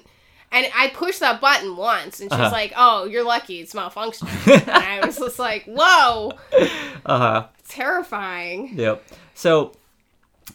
And I pushed that button once, and she's Uh-huh. like, "Oh, you're lucky, it's [LAUGHS] malfunctioning." and I was just like, "Whoa, uh huh. terrifying." Yep. So,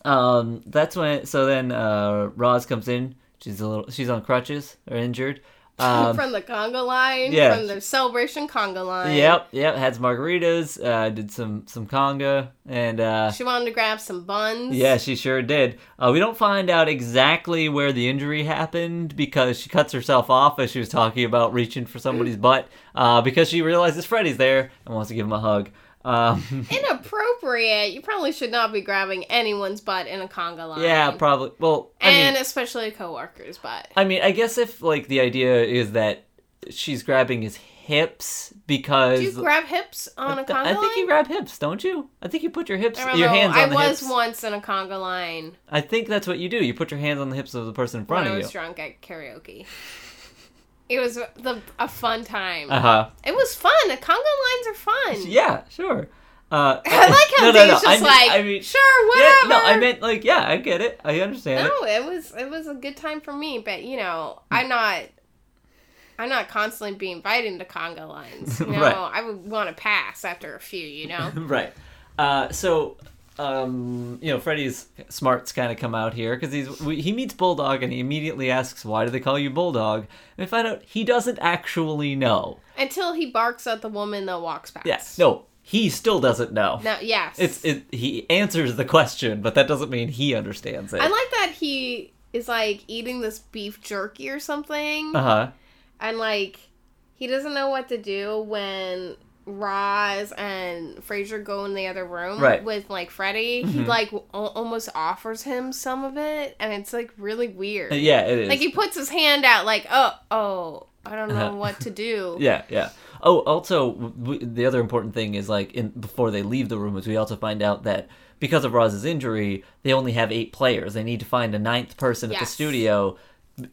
um, that's when. So then, uh, Roz comes in. She's a little. She's on crutches or injured. Um, [LAUGHS] from the Congo line, yeah. from the celebration Congo line. Yep, yep. Had some margaritas. Uh, did some some conga, and uh, She wanted to grab some buns. yeah, she sure did. Uh, we don't find out exactly where the injury happened because she cuts herself off as she was talking about reaching for [GASPS] somebody's butt uh, because she realizes Freddy's there and wants to give him a hug. [LAUGHS] Um, Inappropriate. You probably should not be grabbing anyone's butt in a conga line. yeah, probably. Well, I mean, and especially a coworker's butt. I mean, I guess if like the idea is that she's grabbing his hips because Do you grab hips on a conga I think you line? grab hips, don't you? I think you put your hips, I don't your know. hands on I the was hips. once in a conga line I think that's what you do. You put your hands on the hips of the person in front when I of was you. drunk [LAUGHS] at karaoke. It was the, a fun time. Uh huh. it was fun. The conga lines are fun. Yeah, sure. [LAUGHS] Uh, Hmm. I like [LAUGHS] how no, no, Dave's no. just I mean, like, I mean, sure, yeah, whatever. no, I meant like, yeah, I get it. I understand No, it was it was a good time for me, but you know, Hmm. I'm not I'm not constantly being invited into conga [LAUGHS] lines. No, Right. I would want to pass after a few, [LAUGHS] you know. it. right. Uh, so, um, you know, Freddy's smarts kind of come out here because he's we, he meets Bulldog and he immediately asks, "Why do they call you Bulldog?" And we find out he doesn't actually know. Until he barks at the woman that walks past. Yes. No, he still doesn't know. No, yes. It's it. He answers the question, but that doesn't mean he understands it. I like that he is like eating this beef jerky or something Uh huh. and like he doesn't know what to do when Roz and Fraser go in the other room Right. with like Freddy. He Mhm. like al- almost offers him some of it and it's like really weird. Yeah, it is. Like he puts his hand out, like, oh, oh, I don't know Uh-huh. what to do. [LAUGHS] Yeah, yeah. Oh, also, w- w- the other important thing is like in before they leave the room is we also find out that because of Roz's injury, they only have eight players. They need to find a ninth person at the Yes. studio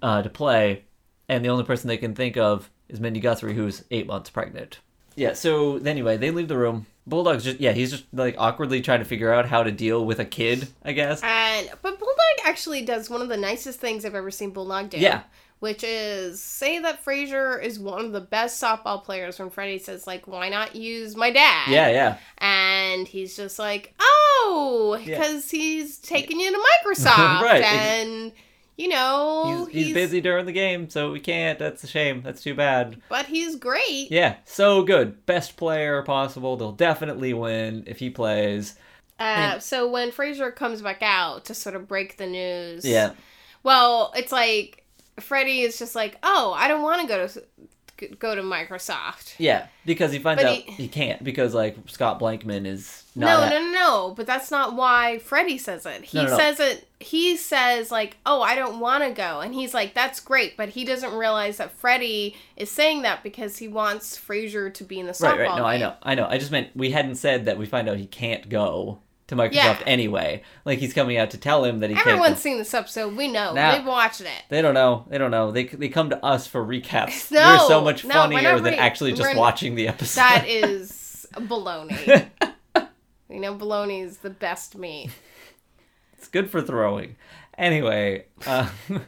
uh, to play, and the only person they can think of is Mindy Guthrie, who's eight months pregnant. Yeah. So anyway, they leave the room. Bulldog's just yeah, he's just like awkwardly trying to figure out how to deal with a kid, I guess. And but Bulldog actually does one of the nicest things I've ever seen Bulldog do. Yeah. Which is say that Frazier is one of the best softball players when Freddie says, like, why not use my dad? Yeah, yeah. And he's just like, Oh, Yeah. because he's [LAUGHS] taking you to Microsoft Right, ex- and you know He's, he's busy during the game, so we can't. That's a shame. That's too bad. but he's great. Yeah, so good. Best player possible. They'll definitely win if he plays. Uh, so when Fraser comes back out to sort of break the news, Yeah. Well, it's like Freddy is just like, oh, I don't want to go to g- go to Microsoft. Yeah, because he finds But out he- he... can't because like Scott Blankman is No, not. at- no, no, no. But that's not why Freddy says it. He No, no, no. says it. He says like, "Oh, I don't want to go," and he's like, "That's great," but he doesn't realize that Freddy is saying that because he wants Frazier to be in the softball. Right, right. No, I game. know, I know. I just meant we hadn't said that we find out he can't go to Microsoft Yeah. anyway. Like he's coming out to tell him that he can't. Everyone's go. seen this episode. We know. Now- They've watched it. They don't know. They don't know. They they come to us for recaps. [LAUGHS] No, We're so much no, we're not funnier than re- actually just we're- watching the episode. [LAUGHS] That is baloney. you know, baloney is the best meat. it's good for throwing. [LAUGHS] Anyway, uh, [LAUGHS] you're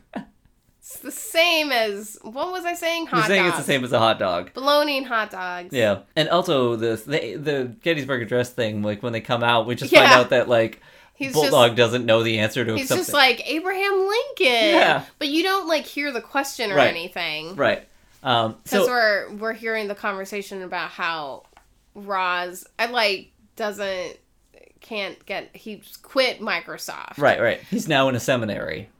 It's the same as what was I saying? Hot saying dogs. it's the same as a hot dog. Bologna and hot dogs. Yeah, and also the the, the Gettysburg Address thing. Like when they come out, we just find Yeah. out that like [LAUGHS] He's Bulldog doesn't know the answer to just he's something. just like Abraham Lincoln. Yeah. But you don't like hear the question or Right. anything. right. Um, Because so we're we're hearing the conversation about how Roz I like doesn't can't get he quit Microsoft. right, right. He's now in a seminary.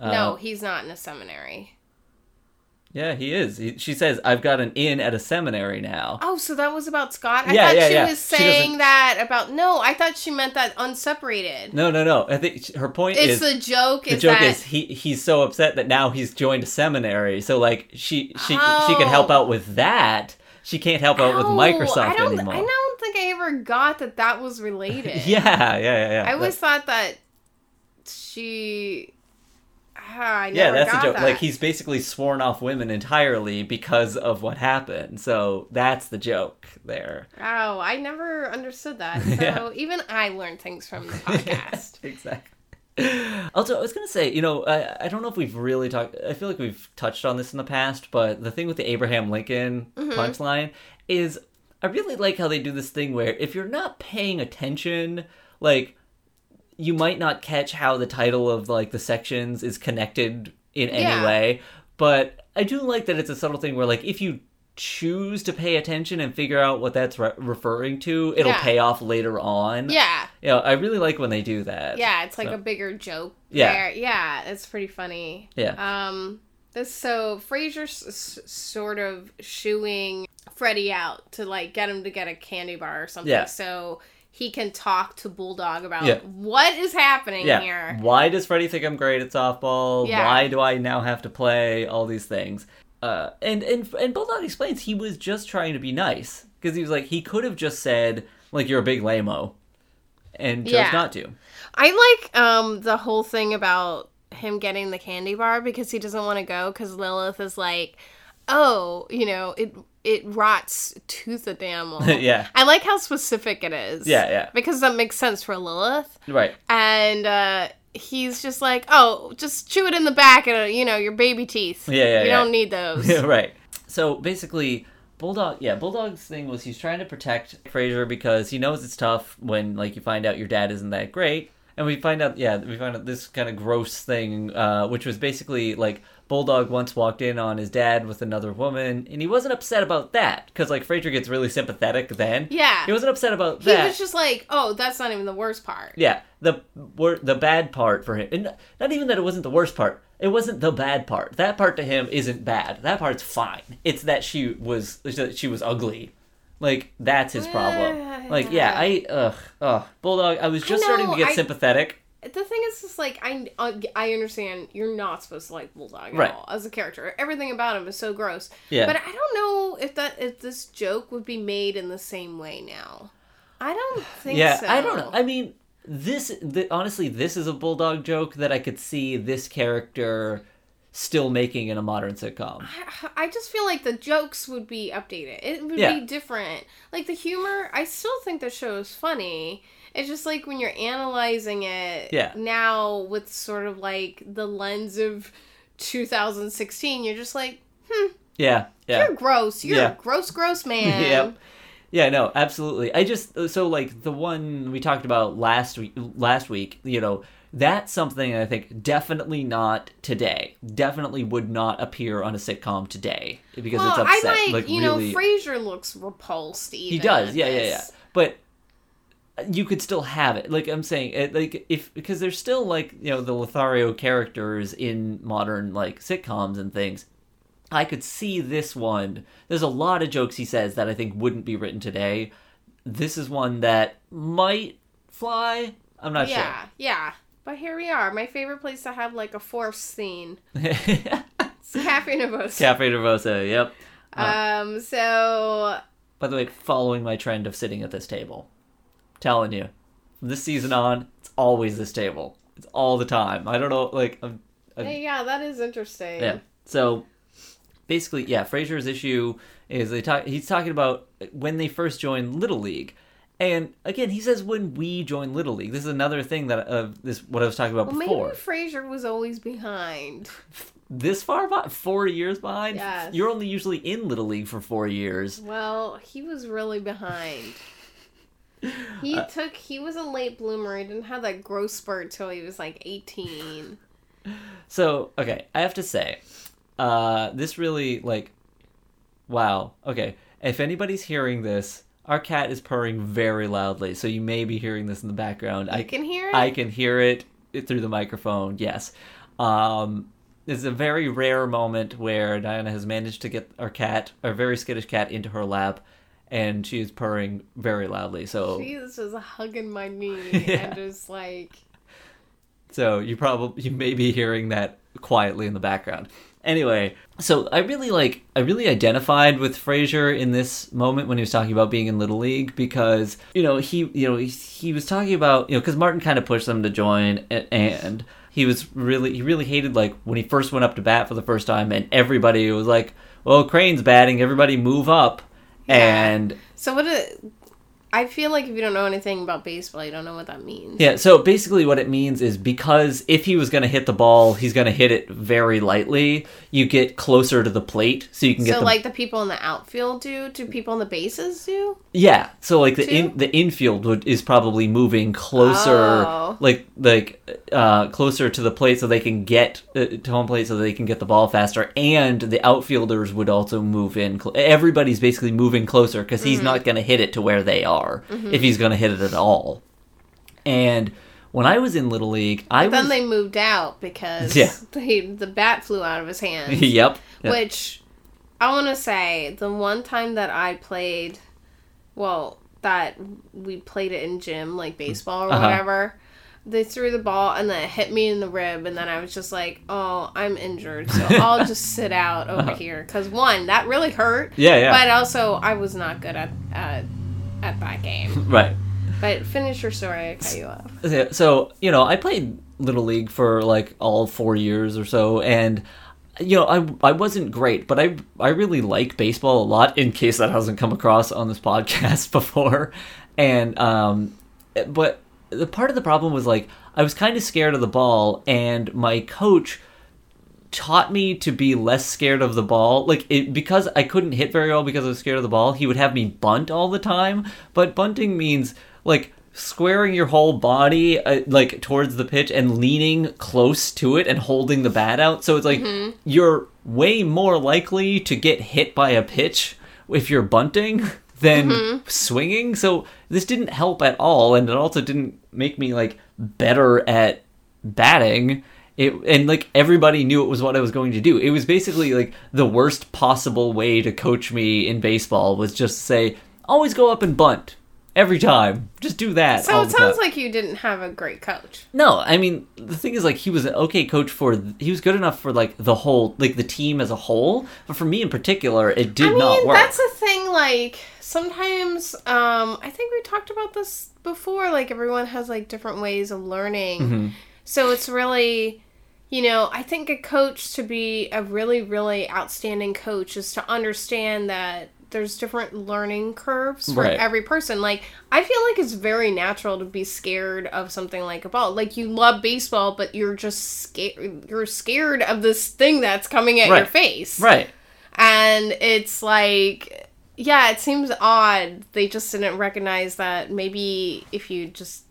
Uh, No, he's not in a seminary. Yeah, he is. He, she says, "I've got an in at a seminary now." Oh, so that was about Scott? I Yeah, thought yeah, she yeah. was She doesn't- saying that about no, I thought she meant that unseparated. No, no, no. I think sh- her point it's is the joke the is joke that is he he's so upset that now he's joined a seminary. So like she she she can help Oh. out with that. She can't help out with Oh, Microsoft I don't, anymore. I don't think I ever got that that was [LAUGHS] related. Yeah, yeah, yeah, yeah. I always That- thought that she. Ah, I yeah, never that's the got joke. That. Like he's basically sworn off women entirely because of what happened. So that's the joke there. Oh, I never [LAUGHS] understood that. So Yeah. even I learned things [LAUGHS] from the [LAUGHS] podcast. exactly. Also, I was gonna say, you know, I, I don't know if we've really talked. I feel like we've touched on this in the past, but the thing with the Abraham Lincoln Mm-hmm. punchline is, I really like how they do this thing where if you're not paying attention, like you might not catch how the title of like the sections is connected in any Yeah. way. But I do like that it's a subtle thing where like if you choose to pay attention and figure out what that's re- referring to, it'll Yeah. pay off later on. yeah, Yeah, I really like when they do that. yeah, it's like So- a bigger joke. Yeah. there. yeah, it's pretty funny. Yeah. Um, this so Frasier's s- sort of shooing Freddy out to like get him to get a candy bar or something, Yeah. so he can talk to Bulldog about Yeah. what is happening yeah. here. Why does Freddy think I'm great at softball? Yeah. Why do I now have to play all these things? Uh, and and and Bulldog explains he was just trying to be nice because he was like he could have just said like you're a big lameo, and chose Yeah. not to. [LAUGHS] I like um the whole thing about him getting the candy bar because he doesn't want to go because Lilith is like, oh, you know it it rots tooth enamel. [LAUGHS] Yeah. I like how specific it is. Yeah, yeah. Because that makes sense for Lilith. Right. and uh, he's just like, "Oh, just chew it in the back, and uh, you know your baby teeth. Yeah, yeah, you yeah. don't need those." [LAUGHS] Yeah, right. So basically, Bulldog, yeah, Bulldog's thing was he's trying to protect Fraser because he knows it's tough when like you find out your dad isn't that great, and we find out, yeah, we find out this kind of gross thing, uh, which was basically like Bulldog once walked in on his dad with another woman, and he wasn't upset about that because like Fraser gets really sympathetic then. Yeah. he wasn't upset about he that. was just like, "Oh, that's not even the worst part." Yeah, the wor- the bad part for him, and not even that it wasn't the worst part. It wasn't the bad part. That part to him isn't bad. That part's fine. It's that she was it's that she was ugly. Like that's his problem. Like yeah, I ugh, ugh bulldog. I was just starting to know, get I- sympathetic. The thing is, just like I, I understand you're not supposed to like Bulldog at Right. all as a character. Everything about him is so gross. Yeah. But I don't know if that if this joke would be made in the same way now. I don't think Yeah, so. I don't know. I mean, this th- honestly, this is a bulldog joke that I could see this character still making in a modern sitcom. I just feel like the jokes would be updated. It would Yeah. be different. Like the humor, I still think the show is funny. It's just like when you're analyzing it Yeah. now with sort of like the lens of 2016, you're just like, Yeah, yeah. you're gross. You're [LAUGHS] Yeah. a gross, gross man. Yep. Yeah, no, absolutely. I just so like the one we talked about last week last week, you know, that's something I think definitely not today. Definitely would not appear on a sitcom today because Well, it's upset. I like, you really, know, Frasier looks repulsed. Even he does. at Yeah, yeah, yeah. this. But uh, you could still have it. Like I'm saying, it, like if because there's still like you know the Lothario characters in modern like sitcoms and things, I could see this one. There's a lot of jokes he says that I think wouldn't be written today. This is one that might fly. I'm not yeah, yeah. But here we are. My favorite place to have like a fourth scene. sure. [LAUGHS] It's Cafe Nervosa. Cafe Nervosa, yep. Um, so By the way, following my trend of sitting at this table. Telling you. From this season on, it's always this table. It's all the time. I don't know, like, I'm, I'm hey, yeah, that is interesting. Yeah. So basically, yeah, Frazier's issue is they talk. He's talking about when they first joined Little League, and again, he says when we joined Little League. This is another thing that uh, this what I was talking about Well, maybe before. Frasier was always behind. This far behind, four years behind. Yes. You're only usually in Little League for four years. Well, he was really [LAUGHS] behind. He Uh, took. He was a late bloomer. He didn't have that growth spurt till he was like eighteen. So okay, I have to say, uh, this really like, wow. Okay, if anybody's hearing this. Our cat is purring very loudly, so you may be hearing this in the background. I You can hear it. I can hear it through the microphone. Yes. Um, it's a very rare moment where Diana has managed to get our cat, our very skittish cat, into her lap, and she is purring very loudly. So, Jesus was hugging my [LAUGHS] knee Oh. Yeah. and just like, so you probably [LAUGHS] you may be hearing that quietly in the background. Anyway, so I really like I really identified with Frazier in this moment when he was talking about being in Little League because you know he you know he, he was talking about you know because Martin kind of pushed them to join a- and he was really he really hated like when he first went up to bat for the first time and everybody was like well Crane's batting everybody move up Yeah. and so what? A, I feel like if you don't know anything about baseball, you don't know what that means. Yeah, so basically what it means is because if he was going to hit the ball, he's going to hit it very lightly. You get closer to the plate so you can get So the like the people in the outfield do. Do people on the bases do? Yeah, so like the in, Two? the infield would, is probably moving closer Oh. like like uh closer to the plate so they can get uh, to home plate so they can get the ball faster and the outfielders would also move in cl- everybody's basically moving closer cuz he's Mm-hmm. not going to hit it to where they are if he's going to hit it at all. And when I was in little league, I was Then they moved out because Yeah. [LAUGHS] they, the bat flew out of his hand. [LAUGHS] yep. yep. Which I want to say the one time that I played, well, that we played it in gym, like baseball or Uh-huh. whatever. They threw the ball and then it hit me in the rib, and then I was just like, "Oh, I'm [LAUGHS] injured, so I'll just sit out over here." Because one, that really hurt, Uh-huh. Yeah, yeah. but also I was not good at at, at that [LAUGHS] game. right. But finish your story, I cut you off. Yeah, So, you know, I played Little League for like all four years or so, and, you know, I, I wasn't great, but I, I really like baseball a lot, in case that hasn't come across on this [LAUGHS] podcast before. And, um, but the part of the problem was like, I was kind of scared of the ball, and my coach taught me to be less scared of the ball. Like it because I couldn't hit very well because I was scared of the ball, he would have me bunt all the time. But bunting means like squaring your whole body uh, like towards the pitch and leaning close to it and holding the bat out. So it's like you're way more likely to get hit by a pitch if you're bunting [LAUGHS] than swinging. So this didn't help at all and it also didn't make me like better at batting it and like everybody knew it was what i was going to do it was basically like the worst possible way to coach me in baseball was just say always go up and bunt every time just do that So all it the time." sounds like you didn't have a great coach. No, I mean the thing is like he was an okay coach for he was good enough for like the whole like the team as a whole, but for me in particular it did I mean, not work. that's the thing. Like sometimes, um, I think we talked about this before. Like everyone has like different ways of learning, Mm-hmm. so it's really, you know, I think a coach to be a really, really outstanding coach is to understand that there's different learning curves for Right. every person. Like I feel like it's very natural to be scared of something like a ball. Like you love baseball, but you're just scared. You're scared of this thing that's coming at your Right. face Right. and it's like yeah it seems odd they just didn't recognize that maybe if you just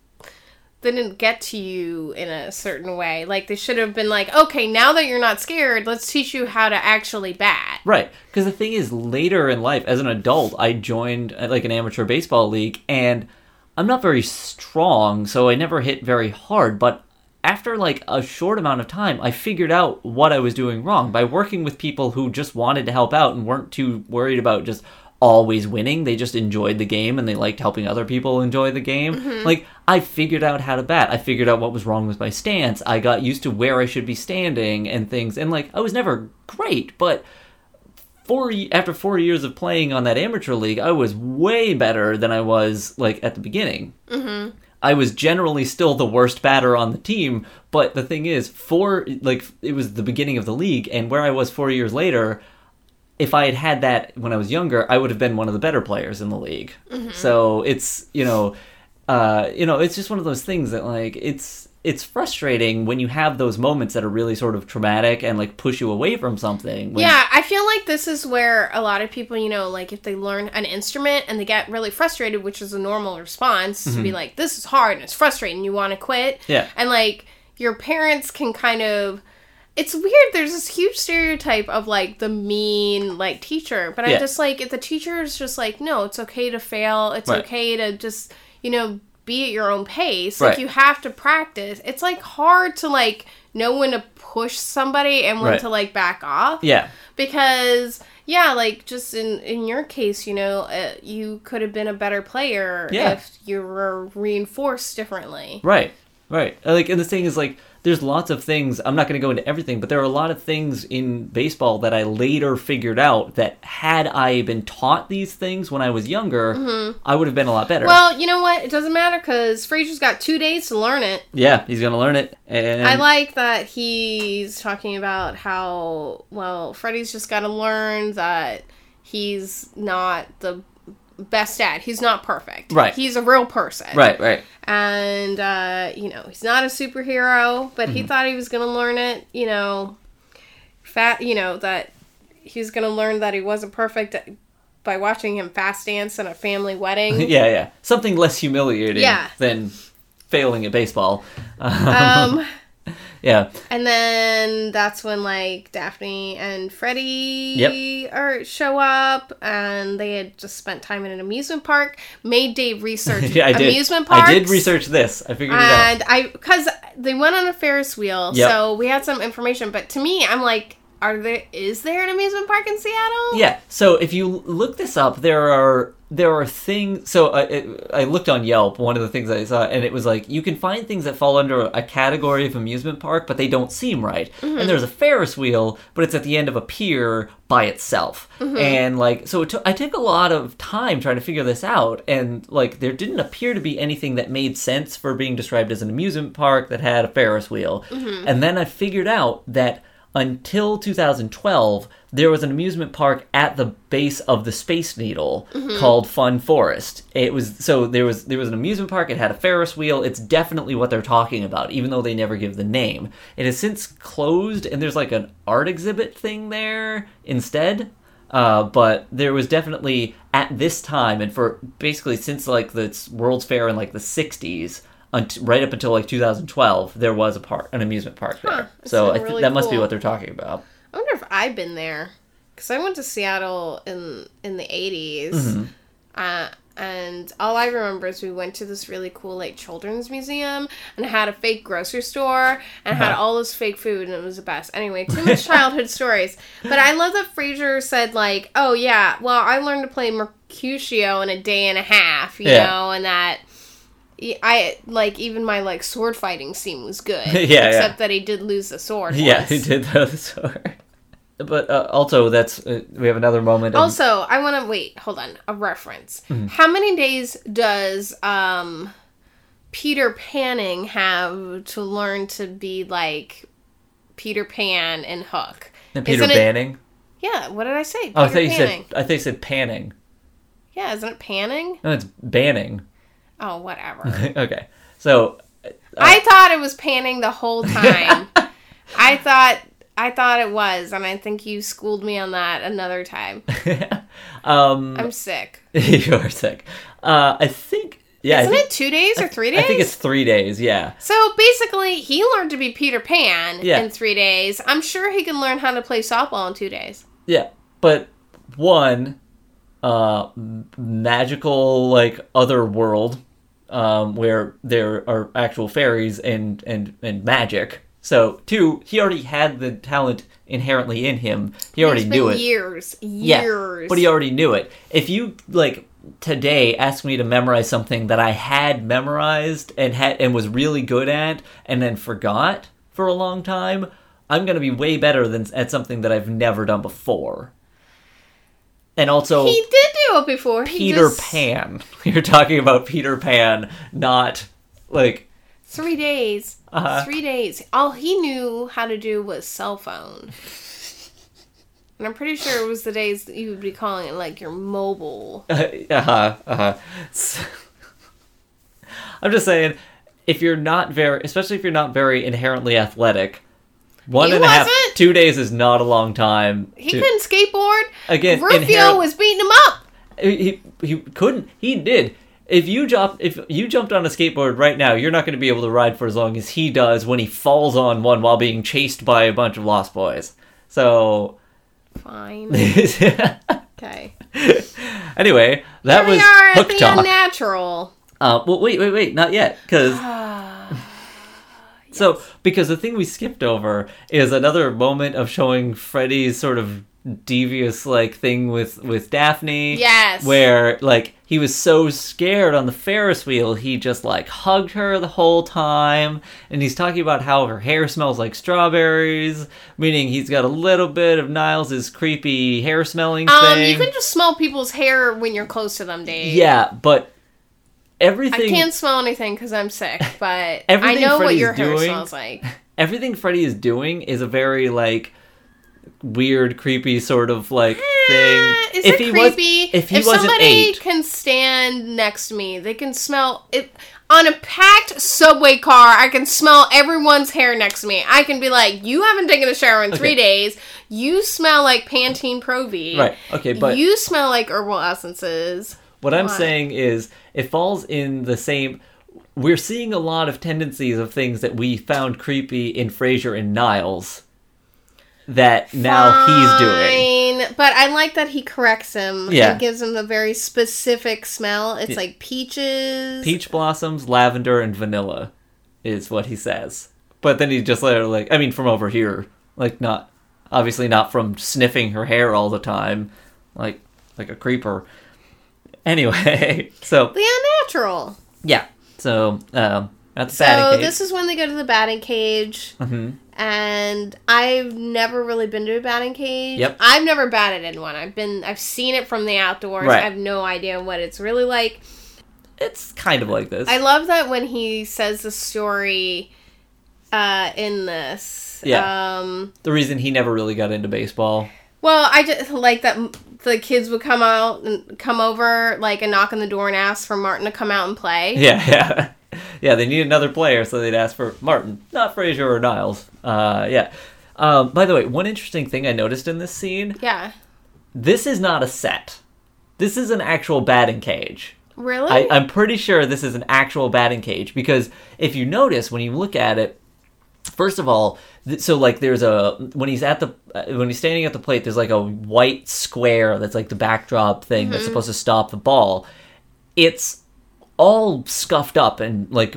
didn't get to you in a certain way like they should have been like okay now that you're not scared let's teach you how to actually bat Right. Because the thing is, later in life, as an adult, I joined uh, like an amateur baseball league, and I'm not very strong, so I never hit very hard. But after like a short amount of time, I figured out what I was doing wrong by working with people who just wanted to help out and weren't too worried about just always winning. They just enjoyed the game and they liked helping other people enjoy the game. Like, I figured out how to bat. I figured out what was wrong with my stance. I got used to where I should be standing and things. And like, I was never great, but four after four years of playing on that amateur league, I was way better than I was like at the beginning. Mm-hmm. I was generally still the worst batter on the team, but the thing is, four like it was the beginning of the league, and where I was four years later, if I had had that when I was younger, I would have been one of the better players in the league. So it's you know, uh, you know, it's just one of those things that like it's it's frustrating when you have those moments that are really sort of traumatic and like push you away from something. when- Yeah, I feel like this is where a lot of people, you know, like if they learn an instrument and they get really frustrated, which is a normal response to be like, this is hard and it's frustrating, you want to quit. Mhm. Yeah. And like your parents can kind of. It's weird. There's this huge stereotype of like the mean like teacher, but Yeah. I'm just like if the teacher is just like, no, it's okay to fail. It's Right. okay to just you know be at your own pace. Right. Like you have to practice. It's like hard to like know when to push somebody and when Right. to like back off Yeah. because yeah like just in in your case you know uh, you could have been a better player Yeah. if you were reinforced differently Right, right. Uh, Like, and the thing is, like, there's lots of things. I'm not going to go into everything, but there are a lot of things in baseball that I later figured out that had I been taught these things when I was younger, I would have been a lot better. Mm-hmm. well you know what it doesn't matter because frazier's got two days to learn it yeah, he's going to learn it. And i like that he's talking about how well freddy's just got to learn that he's not the best at he's not perfect Right. he's a real person right, right, [LAUGHS] and uh, you know he's not a superhero, but Mm-hmm. he thought he was gonna learn it. You know, fat. You know that he was gonna learn that he wasn't perfect by watching him fast dance in a family wedding. [LAUGHS] yeah, yeah. Something less humiliating Yeah. than failing at baseball. [LAUGHS] um, [LAUGHS] Yeah, [LAUGHS] and then that's when like Daphne and Freddie are show up, and they had just spent time in an amusement park. Made Dave research [LAUGHS] yeah. I did. amusement parks. I did research this. I figured it out. and I because they went on a Ferris wheel, Yep. so we had some information. But to me, I'm like, are there is there an amusement park in Seattle? Yeah. So if you look this up, there are there are things. So I, it, I looked on Yelp. One of the things I saw, and it was like you can find things that fall under a category of amusement park, but they don't seem right. And there's a Ferris wheel, but it's at the end of a pier by itself. And like, so it took I took a lot of time trying to figure this out, and like there didn't appear to be anything that made sense for being described as an amusement park that had a Ferris wheel. And then I figured out that until 2012, there was an amusement park at the base of the Space Needle Mm-hmm. called Fun Forest. It was so there was there was an amusement park. It had a Ferris wheel. It's definitely what they're talking about, even though they never give the name. It has since closed, and there's like an art exhibit thing there instead. Uh, but there was definitely at this time, and for basically since like the World's Fair in like the '60s, unt- right up until like 2012, there was a park, an amusement park there. that's so I really think that must be cool. what they're talking about. I wonder if I've been there because I went to Seattle in in the 80s Mm-hmm. uh, and all I remember is we went to this really cool like children's museum and had a fake grocery store and Uh-huh. had all this fake food and it was the best. Anyway, [LAUGHS] too much childhood stories. But I love that Fraser said like, "Oh yeah, well I learned to play Mercutio in a day and a half," you Yeah. know, and that. I like even my like sword fighting scene was [LAUGHS] good. Yeah, yeah. except that he did lose the [LAUGHS] sword. Yeah, once. he did throw [LAUGHS] the sword. But uh, also, that's uh, we have another moment. Of, Also, I want to wait. Hold on. A reference. Mm-hmm. How many days does um, Peter Panning have to learn to be like Peter Pan and Hook? and Peter isn't it- Banning. Yeah. What did I say? Peter oh, I thought you Panning. said I thought you said panning. Yeah, isn't it Panning? No, it's banning. [LAUGHS] Oh, whatever. okay, so [LAUGHS] I thought it was Panning the whole time. I thought. I thought it was, and I think you schooled me on that another time. [LAUGHS] um, [LAUGHS] I'm sick. you are sick. Uh, I think. Yeah, Isn't I think, it two days or three days? I think it's three days. Yeah, So basically, he learned to be Peter Pan Yeah. in three days. I'm sure he can learn how to play softball in two days. yeah. But one, uh, m- magical like other world. um, where there are actual fairies and and and magic. So two, he already had the talent inherently in him. He already It's knew been it. Years, Yeah, years. but he already knew it. If you like today asked me to memorize something that I had memorized and had and was really good at and then forgot for a long time, I'm gonna be way better than at something that I've never done before. And also He did do it before. He Peter just- Pan. [LAUGHS] You're talking about Peter Pan, not like Three days. Uh-huh. Three days. All he knew how to do was [LAUGHS] cell phone. And I'm pretty sure it was the days that you would be calling it like your mobile. [LAUGHS] uh huh uh huh. [LAUGHS] I'm just saying, if you're not very, especially if you're not very inherently athletic, one He and a half, two wasn't. days is not a long time. He to- couldn't skateboard. Again, Rufio inherent- was beating him up. He, he couldn't. He did. If you jump, if you jumped on a skateboard right now, you're not going to be able to ride for as long as he does when he falls on one while being chased by a bunch of lost boys. So, [LAUGHS] Fine. Okay. anyway, that Here we was are at hook the talk. unnatural. Uh, well, wait, wait, wait, not yet, [SIGHS] because. [SIGHS] So, because the thing we skipped over is another moment of showing Freddy's sort of devious like thing with with Daphne. Yes. Where like he was so scared on the Ferris wheel, he just like hugged her the whole time, and he's talking about how her hair smells like strawberries, meaning he's got a little bit of Niles' creepy hair smelling Um, thing. you can just smell people's hair when you're close to them, Dave. Yeah, but I everything can't smell anything because [LAUGHS] I'm sick, but I Everything know what Freddy's your hair doing- [LAUGHS] smells like. everything Freddy is doing is a very like weird, creepy sort of like thing. Eh, Is if it he was- creepy? if he wasn't somebody eight, can stand next to me, they can smell it on a packed subway car. I can smell everyone's hair next to me. I can be like, "You haven't taken a shower in three Okay. days. You smell like Pantene Pro V. right? Okay, but you smell like herbal essences. what I'm Why? saying is it falls in the same. We're seeing a lot of tendencies of things that we found creepy in Frasier and Niles that now he's doing. Fine, But I like that he corrects him. Yeah. and gives him the very specific smell. It's like peaches. Peach blossoms, lavender, and vanilla is what he says. But then he just later like I mean from over here. Like not obviously not from sniffing her hair all the time. Like like a creeper. Anyway, [LAUGHS] so The unnatural. yeah. So um that's the So batting cage. this is when they go to the batting cage, Mhm. and I've never really been to a batting cage. Yep. I've never batted in one. I've been, I've seen it from the outdoors. Right. I have no idea what it's really like. It's kind of like this. I love that when he says the story, uh, in this. Yeah. Um, the reason he never really got into baseball. [LAUGHS] well, I just like that m- the kids would come out and come over, like, and knock on the door and ask for Martin to come out and play. Yeah, yeah. Yeah, they need another player, so they'd ask for Martin, not Frazier or Niles. Uh yeah. Um, by the way, one interesting thing I noticed in this scene Yeah. this is not a set. This is an actual batting cage. Really? I, I'm pretty sure this is an actual batting cage because if you notice when you look at it, first of all, th- so like there's a when he's at the uh, when he's standing at the plate, there's like a white square that's like the backdrop thing that's supposed to stop the ball. It's all scuffed up and like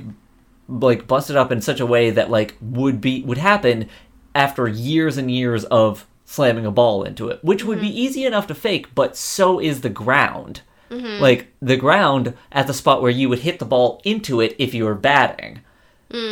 like busted up in such a way that like would be would happen after years and years of slamming a ball into it, which would be easy enough to fake, but so is the ground. Like the ground at the spot where you would hit the ball into it if you were batting.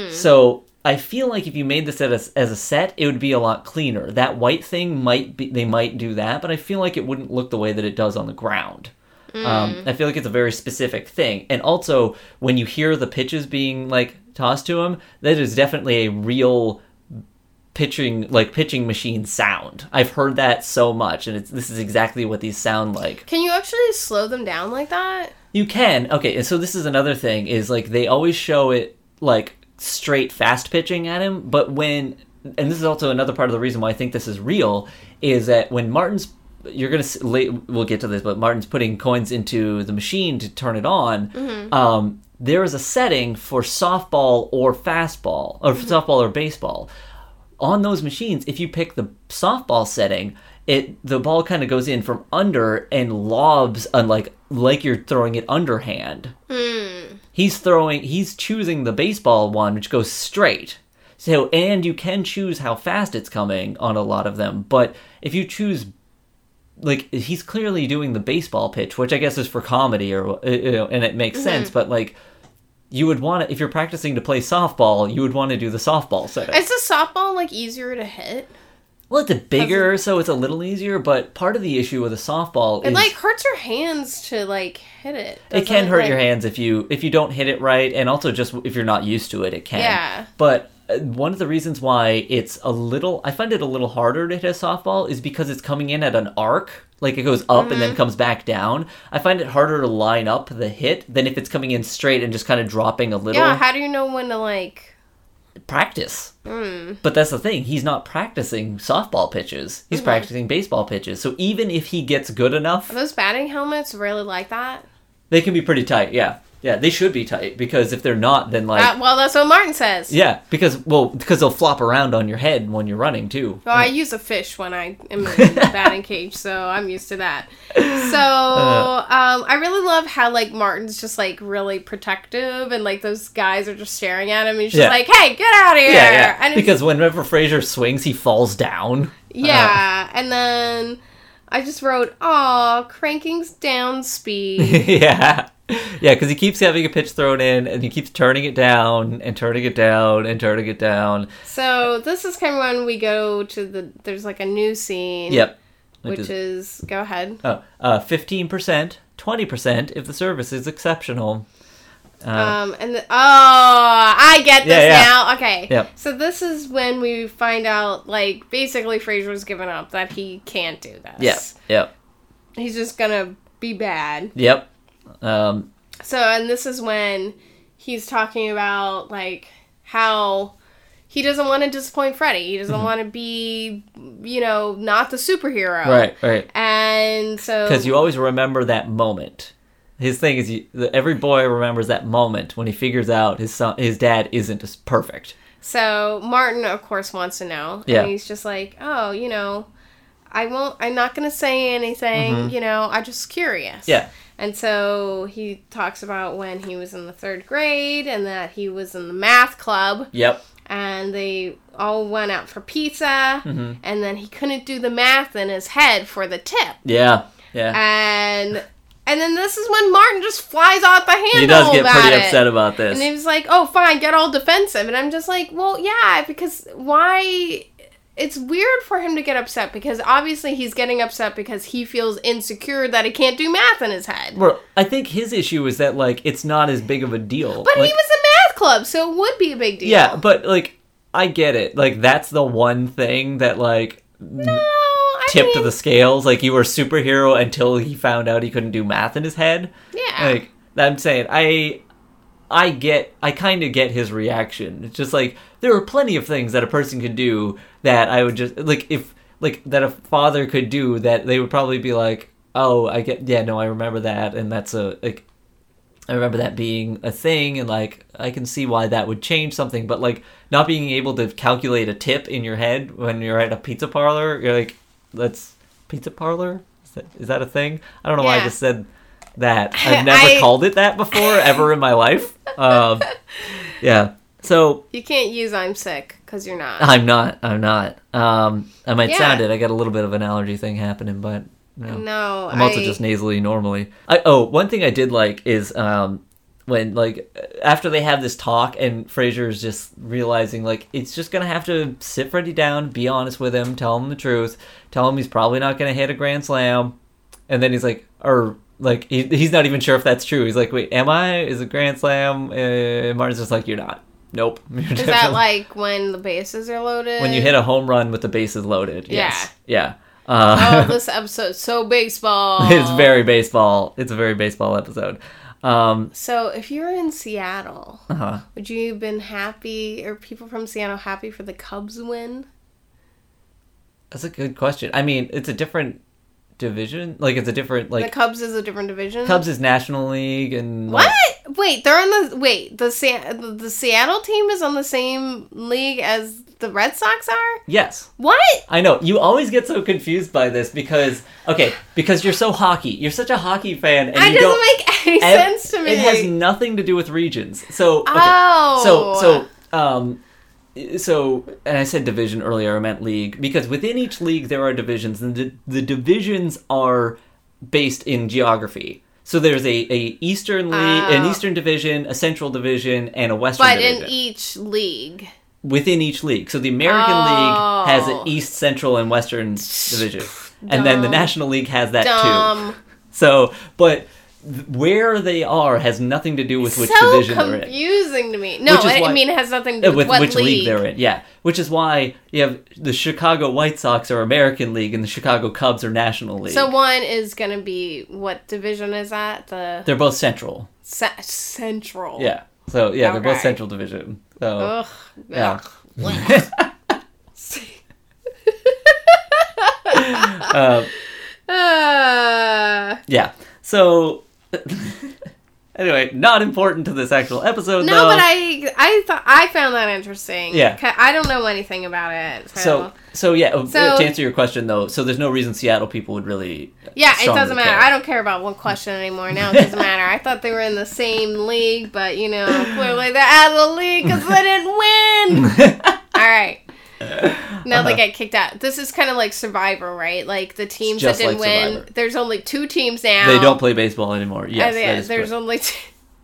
So I feel like if you made this as as a set, it would be a lot cleaner. That white thing might be they might do that, but I feel like it wouldn't look the way that it does on the ground. Um, I feel like it's a very specific thing, and also when you hear the pitches being like tossed to him, that is definitely a real pitching like pitching machine sound. I've heard that so much, and it's this is exactly what these sound like. Can you actually slow them down like that? You can. Okay, and so this is another thing is like they always show it like straight fast pitching at him, but when and this is also another part of the reason why I think this is real is that when Martin's you're gonna s- late we'll get to this, but Martin's putting coins into the machine to turn it on. Um, there is a setting for softball or fastball or softball or baseball on those machines, if you pick the softball setting, it the ball kind of goes in from under and lobs on like like you're throwing it underhand. he's throwing he's choosing the baseball one which goes straight so and you can choose how fast it's coming on a lot of them but if you choose like he's clearly doing the baseball pitch which i guess is for comedy or uh, you know, and it makes sense but like you would want to if you're practicing to play softball you would want to do the softball setup Is the softball like easier to hit? well it's a bigger so it's a little easier but part of the issue with a softball It is like hurts your hands to like hit it. it doesn't can hurt Like- your hands if you if you don't hit it right and also just if you're not used to it it can Yeah. but uh, one of the reasons why it's a little i find it a little harder to hit a softball is because it's coming in at an arc like it goes up and Mm-hmm. then comes back down i find it harder to line up the hit than if it's coming in straight and just kind of dropping a little Yeah, how do you know when to like? practice Mm. but that's the thing he's not practicing softball pitches Mm-hmm. he's practicing baseball pitches so even if he gets good enough Those batting helmets really like that. they can be pretty tight yeah yeah they should be tight because if they're not then like Uh, well, that's what Martin says. Yeah, because well, because they'll flop around on your head when you're running too. Well, I use a fish when I am in the [LAUGHS] batting cage, so I'm used to that. So Uh. um, I really love how like Martin's just like really protective, and like those guys are just staring at him, and he's just Yeah. like, "Hey, get out of here!" yeah, yeah. And it's because uh-huh. whenever Fraser swings, he falls down. [LAUGHS] Yeah, and then I just wrote, "Aw, cranking's [LAUGHS] down speed." yeah, yeah, because he keeps having a pitch thrown in, and he keeps turning it down and turning it down and turning it down. so this is kind of when we go to the. There's like a new scene. Yep. Which is go ahead. oh, fifteen percent, twenty percent if the service is exceptional. Um and the, oh, I get this Yeah, yeah. now. Okay. Yep. So this is when we find out, like, basically Fraser's given up that he can't do this. Yep, yep, He's just gonna be bad. yep. Um, So, and this is when he's talking about like how he doesn't want to disappoint Freddy. He Mm-hmm. doesn't want to be, you know, not the superhero. right, right. And so because you always remember that moment. His thing is, you, the, every boy remembers that moment when he figures out his son, his dad isn't as perfect. so Martin of course wants to know. Yeah. And he's just like, "Oh, you know, I won't I'm not going to say anything, you know, I'm just curious." Mm-hmm. Yeah, And so he talks about when he was in the 3rd grade and that he was in the math club. yep, and they all went out for pizza Mm-hmm. and then he couldn't do the math in his head for the tip yeah, yeah. and and then this is when martin just flies off the handle He does get about pretty it. upset about this. and he was like oh fine get all defensive and i'm just like well yeah because why it's weird for him to get upset because obviously he's getting upset because he feels insecure that he can't do math in his head Well, I think his issue is that like it's not as big of a deal. but Like, he was in math club so it would be a big deal yeah, but like I get it. Like that's the one thing that like no, I tipped mean, the scales. Like you were a superhero until he found out he couldn't do math in his head. yeah like i'm saying i i get i kind of get his reaction it's just like there are plenty of things that a person could do that i would just like if like that a father could do that they would probably be like oh i get yeah no i remember that and that's a like i remember that being a thing and like i can see why that would change something but like not being able to calculate a tip in your head when you're at a pizza parlor you're like that's pizza parlor is that, is that a thing i don't know why i Yeah. just said [LAUGHS] that. I've never I- called it that before, ever in my life. [LAUGHS] Um, yeah. So You can't use I'm sick because you're not. I'm not. I'm not. Um, I might Yeah. sound it. I got a little bit of an allergy thing happening, but no. no, I'm also I- just nasally normally. I, oh, one thing I did like is um, when like after they have this talk and Fraser's just realizing like it's just gonna have to sit Freddie down, be honest with him, tell him the truth, tell him he's probably not gonna hit a grand slam, and then he's like, or like he, he's not even sure if that's true. He's like, wait, am I? Is it grand slam? Uh, Martin's just like, you're not. Nope. [LAUGHS] You're Is that definitely- like when the bases are loaded? when you hit a home run with the bases loaded? Yeah. Yes. Yeah. Uh, [LAUGHS] oh, this episode's so baseball. it's very baseball. It's a very baseball episode. Um, So if you were in Seattle, uh-huh. would you have been happy? Are people from Seattle happy for the Cubs win? That's a good question. I mean, it's a different division. Like it's a different like the Cubs is a different division. Cubs is National League and uh, What? like, Wait, they're on the wait. The Sa- the the Seattle team is on the same league as the Red Sox are. yes, What? I know. You always get so confused by this because okay, because you're so hockey. You're such a hockey fan, and That you don't. doesn't make any ev- sense to me. It has nothing to do with regions. So okay. Oh. so so um so and I said division earlier. I meant league because within each league there are divisions, and the, the divisions are based in geography. So there's a, a eastern league, an Oh. eastern division, a central division, and a western but division in e- each league. within each league. So the American Oh. League has an East, Central, and Western division, and then the Dumb. National League has that too. Dumb. So, but th- where they are has nothing to do with which so division they're in. confusing to me. No, Which is I, why- I mean it has nothing to Uh, do with, With what which league. league. they're in, yeah. Which is why you have the Chicago White Sox are American League and the Chicago Cubs are National League. So one is gonna be what division is that? The they're both Central, ce- Central. yeah. So yeah, they're both Okay. Oh. Central Division. So Ugh. [LAUGHS] Yeah. Ugh. [LAUGHS] uh, Uh, yeah. So [LAUGHS] anyway, not important to this actual episode. no, though. but I I thought I found that interesting. Yeah. 'Cause I don't know anything about it. So, So, so yeah. uh, So- to answer your question though, so there's no reason Seattle people would really. yeah, it strongly doesn't matter. care. I don't care about one question anymore. Now [LAUGHS] it doesn't matter. I thought they were in the same league, but you know, clearly they're out of the league because they didn't win. [LAUGHS] All right. Now Uh-huh. they get kicked out. This is kind of like Survivor, right? Like the teams that just didn't like win. Survivor. There's only two teams now. they don't play baseball anymore. Yes, And that they, is there's correct. only, two,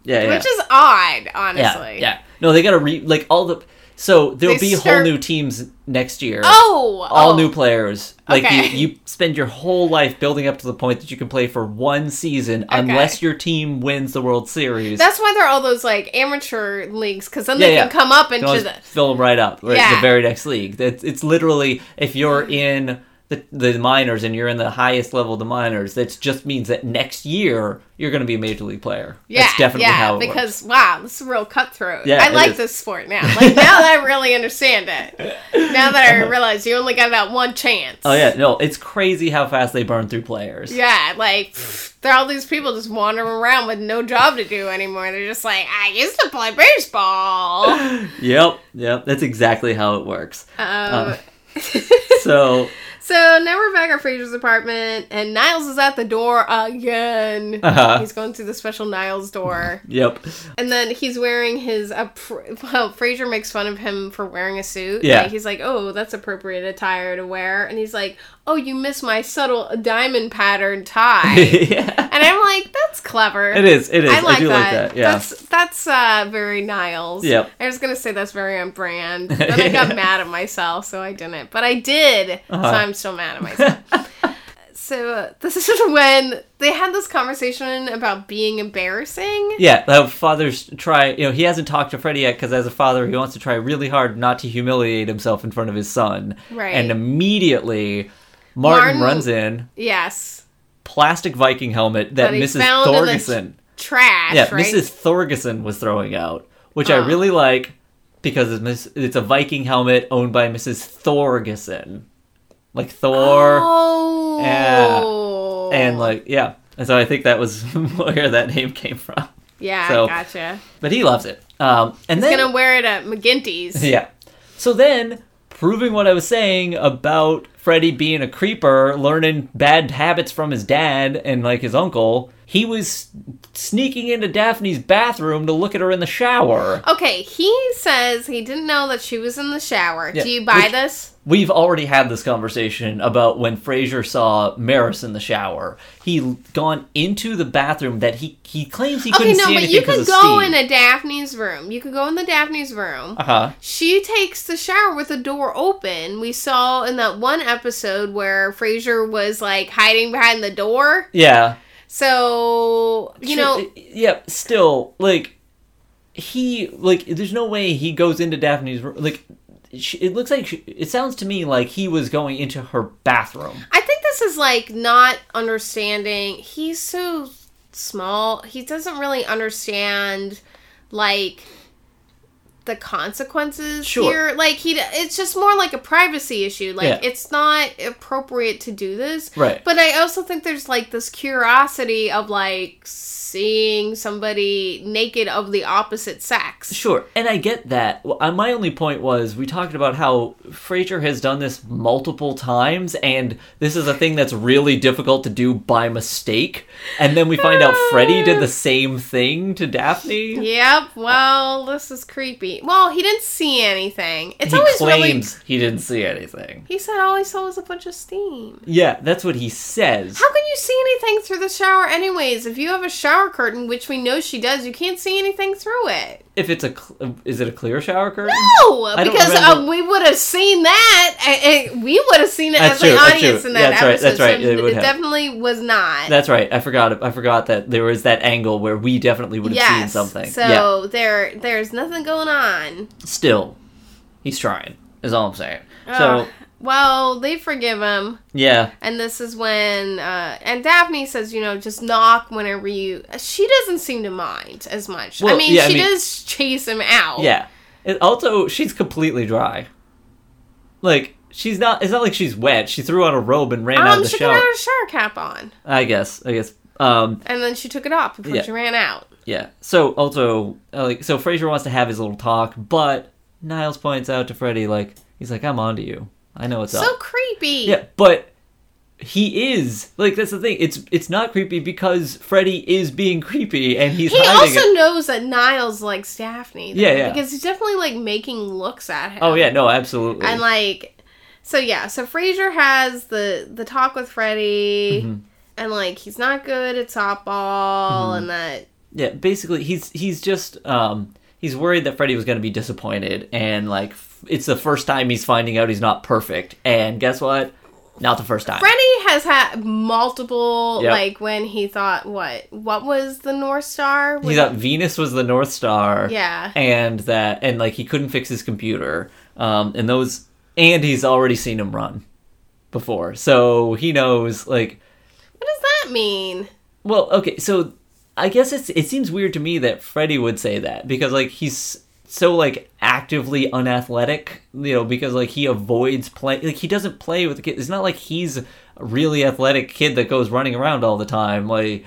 yeah, yeah, which is odd, yeah, honestly. yeah. No, they got to re like all the. So there'll They be whole start- new teams next year. Oh, All oh. new players. Like Okay. you, you spend your whole life building up to the point that you can play for one season, unless your team wins the World Series. That's why there are all those like amateur leagues because then they Yeah, can yeah. come up You into can always the. fill them right up right, the Yeah. Mm-hmm. very next league. That's it's literally if you're in the the minors and you're in the highest level of the minors, that just means that next year you're going to be a major league player. Yeah, That's definitely yeah, how it works. because wow, this is real cutthroat. Yeah, I it like is. this [LAUGHS] sport now. Like now that I really understand it. Now that [LAUGHS] I realize you only got that one chance. Oh yeah, no, it's crazy how fast they burn through players. Yeah, like pfft, there are all these people just wandering around with no job to do anymore. They're just like, I used to play baseball. [LAUGHS] Um, Yep, yep, that's exactly how it works. Um, So Uh, so now we're back at Fraser's apartment, and Niles is at the door again. Uh-huh. He's going through the special Niles door. yep, [LAUGHS] And then he's wearing his appro- well, Fraser makes fun of him for wearing a suit. Yeah. Like, he's like, "Oh, that's appropriate attire to wear," and he's like, "Oh, you miss my subtle diamond [LAUGHS] pattern tie," yeah, and I'm like, "That's clever." it is, it is. I I, like do that. like that. Yeah, That's that's uh, very Niles. Yep. I was gonna say that's very [LAUGHS] on brand, but then I got mad at myself, so I didn't. But I did, so Uh-huh. I'm still mad at myself. [LAUGHS] so uh, this is [LAUGHS] when they had this conversation about being embarrassing. Yeah, the father's try. You know, he hasn't talked to Freddie yet because as a father, he wants to try really hard not to humiliate himself in front of his son. Right. And immediately, Martin, Martin- runs in, Yes. plastic Viking helmet that That he Mrs. found in the Thorgerson. Trash. Yeah, right? Mrs. Thorgerson was throwing out, which Oh. I really like because it's, mis- it's a Viking helmet owned by Mrs. Thorgerson, like Thor, Oh. Yeah. and like yeah. And so I think that was [LAUGHS] where that name came from. Yeah, so- gotcha. But he loves it. Um, and He's then gonna wear it at [LAUGHS] McGinty's. Yeah. So then, proving what I was saying about Freddy being a creeper, learning bad habits from his dad and like his uncle, he was sneaking into Daphne's bathroom to look at her in the shower. Okay, he says he didn't know that she was in the shower. Yeah, Do you buy which- this? We've already had this conversation about when Fraser saw Maris in the shower. He gone into the bathroom that he he claims he Okay, couldn't no, see but anything you because could of go steam. in a Daphne's room. You could go in the Daphne's room. uh huh. She takes the shower with the door open. We saw in that one episode where Frasier was like hiding behind the door. Yeah. So you Sure, know, uh, yeah still like he like there's no way he goes into daphne's room like she, it looks like she, it sounds to me like he was going into her bathroom I think this is like not understanding. He's so small. He doesn't really understand like the consequences Sure. here. Like he, it's just more like a privacy issue. Like Yeah. it's not appropriate to do this. Right. But I also think there's like this curiosity of like seeing somebody naked of the opposite sex. Sure, and I get that. Well, uh, My only point was we talked about how Frazier has done this multiple times, and this is a thing that's really difficult to do by mistake. And then we find out Freddie did the same thing to Daphne. Yep. Well, this is creepy. Well, he didn't see anything. It's he always really. claims he didn't see anything. He said all he saw was a bunch of steam. Yeah, that's what he says. How can you see anything through the shower, anyways? If you have a shower curtain, which we know she does, you can't see anything through it. If it's a, cl- is it a clear shower curtain? No, I don't because remember- uh, we would have seen that. and- and we would have seen it That's as true, the that's audience true. in that That's right, episode. that's right, So it would it have. definitely was not. That's right. I forgot. I forgot that there was that angle where we definitely would have seen yes. something. So yeah. there, there's nothing going on. Still, he's trying. Is all I'm saying. Ugh. so well, they forgive him. yeah, And this is when, uh, and Daphne says, you know, just knock whenever you. She doesn't seem to mind as much. Well, I mean, yeah, I she mean- does chase him out. yeah. It also, she's completely dry. Like she's not. It's not like she's wet. She threw on a robe and ran out Um, of the she shower. got her shower cap on, I guess. I guess. Um. and then she took it off before Yeah. she ran out. Yeah. So also, uh, like, so Fraser wants to have his little talk, but Niles points out to Freddy, like, he's like, "I'm onto you. I know what's up." So creepy. Yeah, but he is like that's the thing. It's it's not creepy because Freddy is being creepy and he's He hiding also it. knows that Niles likes Daphne. though, Yeah, yeah. Because he's definitely like making looks at him. Oh yeah, no, absolutely. And like, so yeah, so Frasier has the the talk with Freddie, Mm-hmm. and like he's not good at softball, and that yeah, basically he's he's just um he's worried that Freddy was going to be disappointed and like f- it's the first time he's finding out he's not perfect. And guess what? Not the first time. Freddie has had multiple Yep. like when he thought what what was the North Star? he When- thought Venus was the North Star. yeah. And that and like he couldn't fix his computer. Um and those and he's already seen him run before. So he knows like What does that mean? Well, okay, so I guess it's it seems weird to me that Freddie would say that because like he's so like actively unathletic, you know, because like he avoids play like he doesn't play with the kids. It's not like he's a really athletic kid that goes running around all the time. Like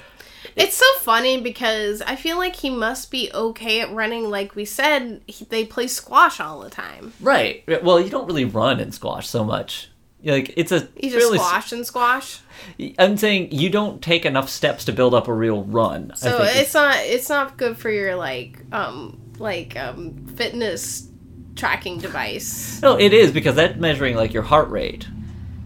It's so funny because I feel like he must be okay at running. Like we said, he, they play squash all the time. right. Well, you don't really run in squash so much. Like it's a You just really squash and squash. I'm saying you don't take enough steps to build up a real run. I So think is- it's not it's not good for your like um like um fitness tracking device. no, it is because that's measuring like your heart rate.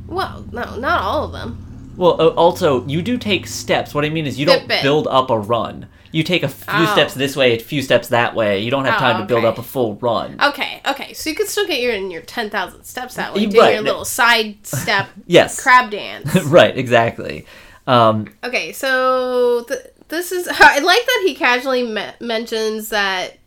Well, no, not all of them. Well, uh, also, you do take steps. What I mean is, you don't Fitbit. build up a run. You take a few Oh. steps this way, a few steps that way. You don't have Oh, time to build okay. Oh, up a full run. Okay, okay. So you could still get your in your ten thousand steps that way. You- Doing right. your little side [LAUGHS] step Yes. crab dance. [LAUGHS] right, exactly. Um, Okay, so th- this is [LAUGHS] I like that he casually me- mentions that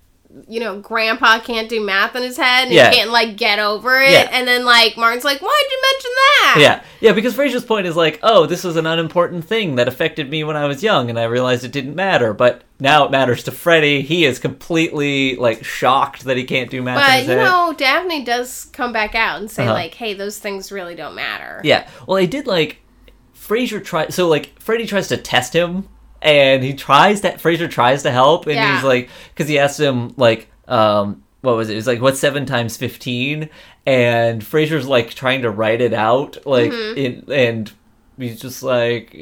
you know grandpa can't do math in his head and Yeah. he can't like get over it Yeah. and then like Martin's like why'd you mention that yeah, yeah, because Fraser's point is like, oh, this was an unimportant thing that affected me when I was young, and I realized it didn't matter, but now it matters to Freddy. He is completely, like, shocked that he can't do math. in But his you head. know, Daphne does come back out and say Uh-huh. like, "Hey, those things really don't matter." Yeah. Well, I did like Frasier try so like Freddy tries to test him and he tries that Frasier tries to help and Yeah. he's like cuz he asked him like um what was it? It was like what's 7 times 15 and Frasier's like trying to write it out like in and he's just like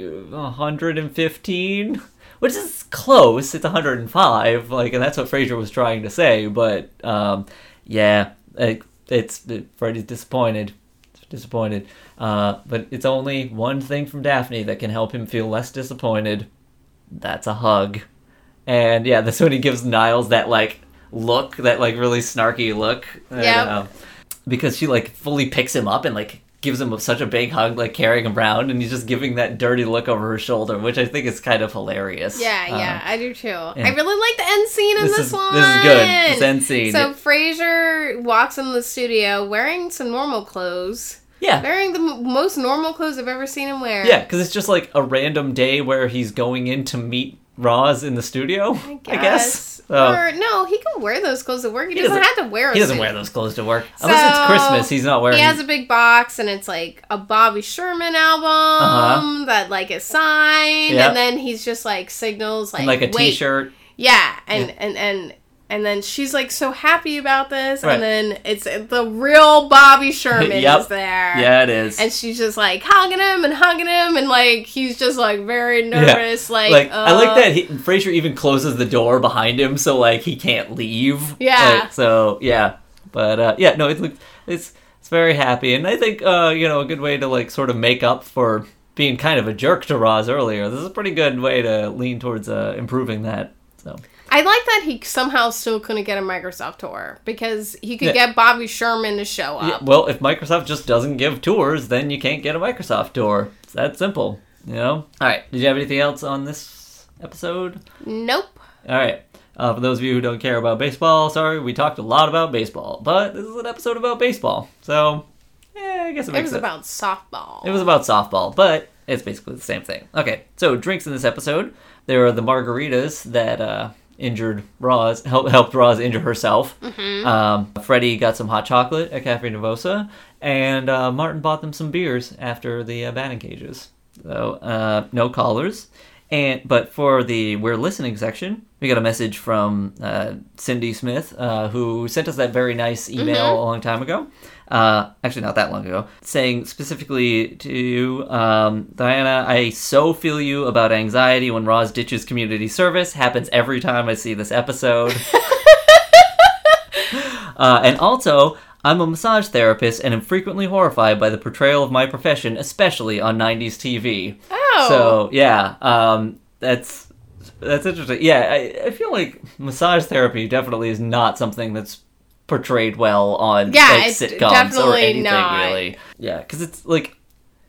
115 which is close. It's 105 like and that's what Frasier was trying to say, but um yeah, like it's Freddy's disappointed disappointed. Uh, but it's only one thing from Daphne that can help him feel less disappointed. That's a hug. And yeah, that's when he gives Niles that like look, that like really snarky look. And, Yep. uh, because she like fully picks him up and like gives him such a big hug, like carrying him around, and he's just giving that dirty look over her shoulder, which I think is kind of hilarious. Yeah, Uh, yeah, I do too. I really like the end scene in this, This is- one. this is good. This end scene. So Frasier walks in the studio wearing some normal clothes, yeah. wearing the m- most normal clothes I've ever seen him wear. Yeah, because it's just like a random day where he's going in to meet Raws in the studio. [LAUGHS] I guess. So, Or no, he can wear those clothes to work. He, He doesn't, doesn't- have to wear. A he doesn't suit. wear those clothes to work unless So, it's Christmas. He's not wearing. He has a big box, and it's like a Bobby Sherman album that like is Uh-huh. signed, Yep. and then he's just like signals like and, like a wait. shirt Yeah, and and and. And then she's like so happy about this, Right. and then it's uh, the [LAUGHS] real Bobby Sherman Yep. is there. Yeah, it is. and she's just like hugging him and hugging him and like he's just like very nervous like, like I uh, like that he, Fraser even closes the door behind him so like he can't leave. Yeah. Like, so yeah, but uh, yeah, no, it look- it's it's very happy, and I think uh, you know a good way to like sort of make up for being kind of a jerk to Roz earlier. This is a pretty good way to lean towards uh, improving that. So i like that he somehow still couldn't get a microsoft tour because he could Yeah. get bobby sherman to show Yeah, up well, if Microsoft just doesn't give tours, then you can't get a Microsoft tour. It's that simple. You know. All right. Did you have anything else on this episode? nope All right. Uh, for those of you who don't care about baseball, sorry, we talked a lot about baseball, but this is an episode about baseball, so yeah, I guess it it makes was sense. about softball It was about softball, but it's basically the same thing. Okay, so drinks in this episode. There are the margaritas that uh, injured Roz, [LAUGHS] help, helped Roz injure herself. Mm-hmm. Um, Freddie got some hot chocolate at Cafe Nervosa, and uh, Martin bought them some beers after the uh, batting cages. So uh, no callers. And but for the we're listening section, we got a message from uh, Cindy Smith, uh, who sent us that very nice email a long time ago. Uh, actually, not that long ago, saying specifically to you, um, Diana, I so feel you about anxiety when Roz ditches community service. Happens every time I see this episode. Uh, and also, I'm a massage therapist and am frequently horrified by the portrayal of my profession, especially on 90s TV. oh So yeah, um, that's that's interesting. Yeah, I, I feel like massage therapy definitely is not something that's portrayed well on Yeah, like, it's sitcoms or definitely anything not. really. Yeah, because it's like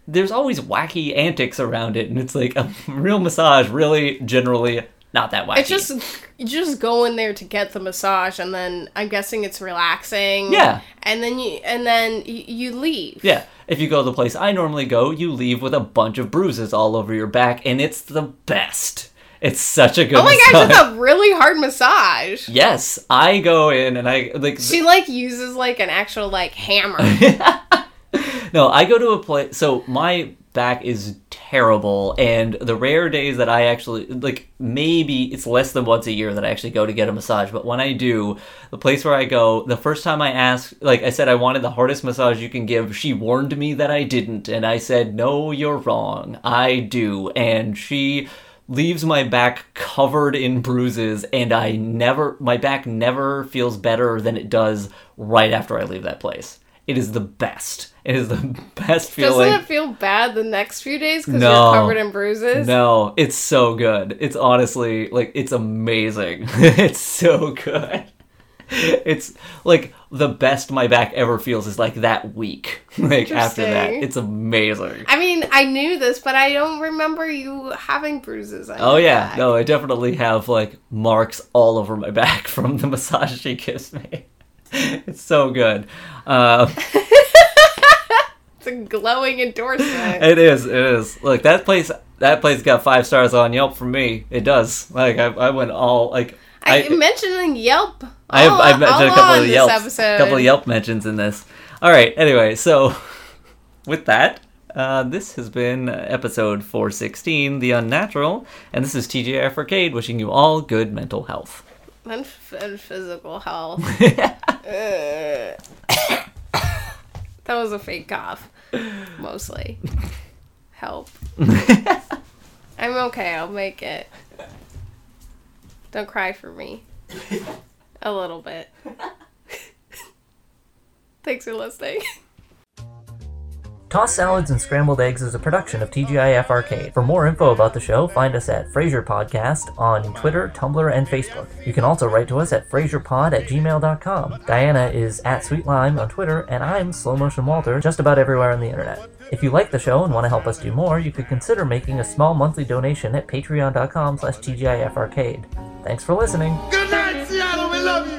there's always wacky antics around it, and it's like a real massage really generally not that wacky. it's just you just go in there to get the massage and then i'm guessing it's relaxing Yeah. and then you and then you, you leave Yeah. If you go to the place I normally go, you leave with a bunch of bruises all over your back, and it's the best. It's such a good. oh my gosh massage. [LAUGHS] that's a really hard massage Yes, I go in and I like. she like uses like an actual like [LAUGHS] hammer No, I go to a place. So my back is terrible, and the rare days that I actually like, maybe it's less than once a year that I actually go to get a massage. But when I do, the place where I go, the first time I asked, like I said, I wanted the hardest massage you can give. She warned me that I didn't, and I said, "No, you're wrong. I do." And she leaves my back covered in bruises and I never my back never feels better than it does right after I leave that place. It is the best. It is the [LAUGHS] best feeling. Doesn't it feel bad the next few days because No. you're covered in bruises? No, it's so good. It's honestly like it's amazing. [LAUGHS] it's so good. It's like the best my back ever feels is like that week. [LAUGHS] Like after that, Interesting. it's amazing. I mean, I knew this, but I don't remember you having bruises. On Oh your yeah, back. no, I definitely have like marks all over my [LAUGHS] back from the massage she gives me. [LAUGHS] It's so good. Uh, it's a glowing endorsement. it is. It is. Look, that place. That place got five stars on Yelp from me. It does. Like I, I went all like I, mentioned Yelp. I have, all- I've mentioned a all couple on of this Yelps, episode. couple of Yelp mentions in this. All right. Anyway, so [LAUGHS] with that, uh, this has been episode 416, The Unnatural, and this is TJF Arcade wishing you all good mental health. [LAUGHS] and, f- and physical health. Ugh. that was a fake cough, mostly. Help. I'm okay. I'll make it. Don't cry for me. A little bit. [LAUGHS] Thanks for listening. Tossed Salads and Scrambled Eggs is a production of TGIF Arcade. For more info about the show, find us at Fraser Podcast on Twitter, Tumblr, and Facebook. You can also write to us at FraserPod at gmail.com. Diana is at SweetLime on Twitter, and I'm Slow Motion Walter just about everywhere on the internet. If you like the show and want to help us do more, you could consider making a small monthly donation at patreon.com slash TGIF Arcade. Thanks for listening. Good night, Seattle. We love you.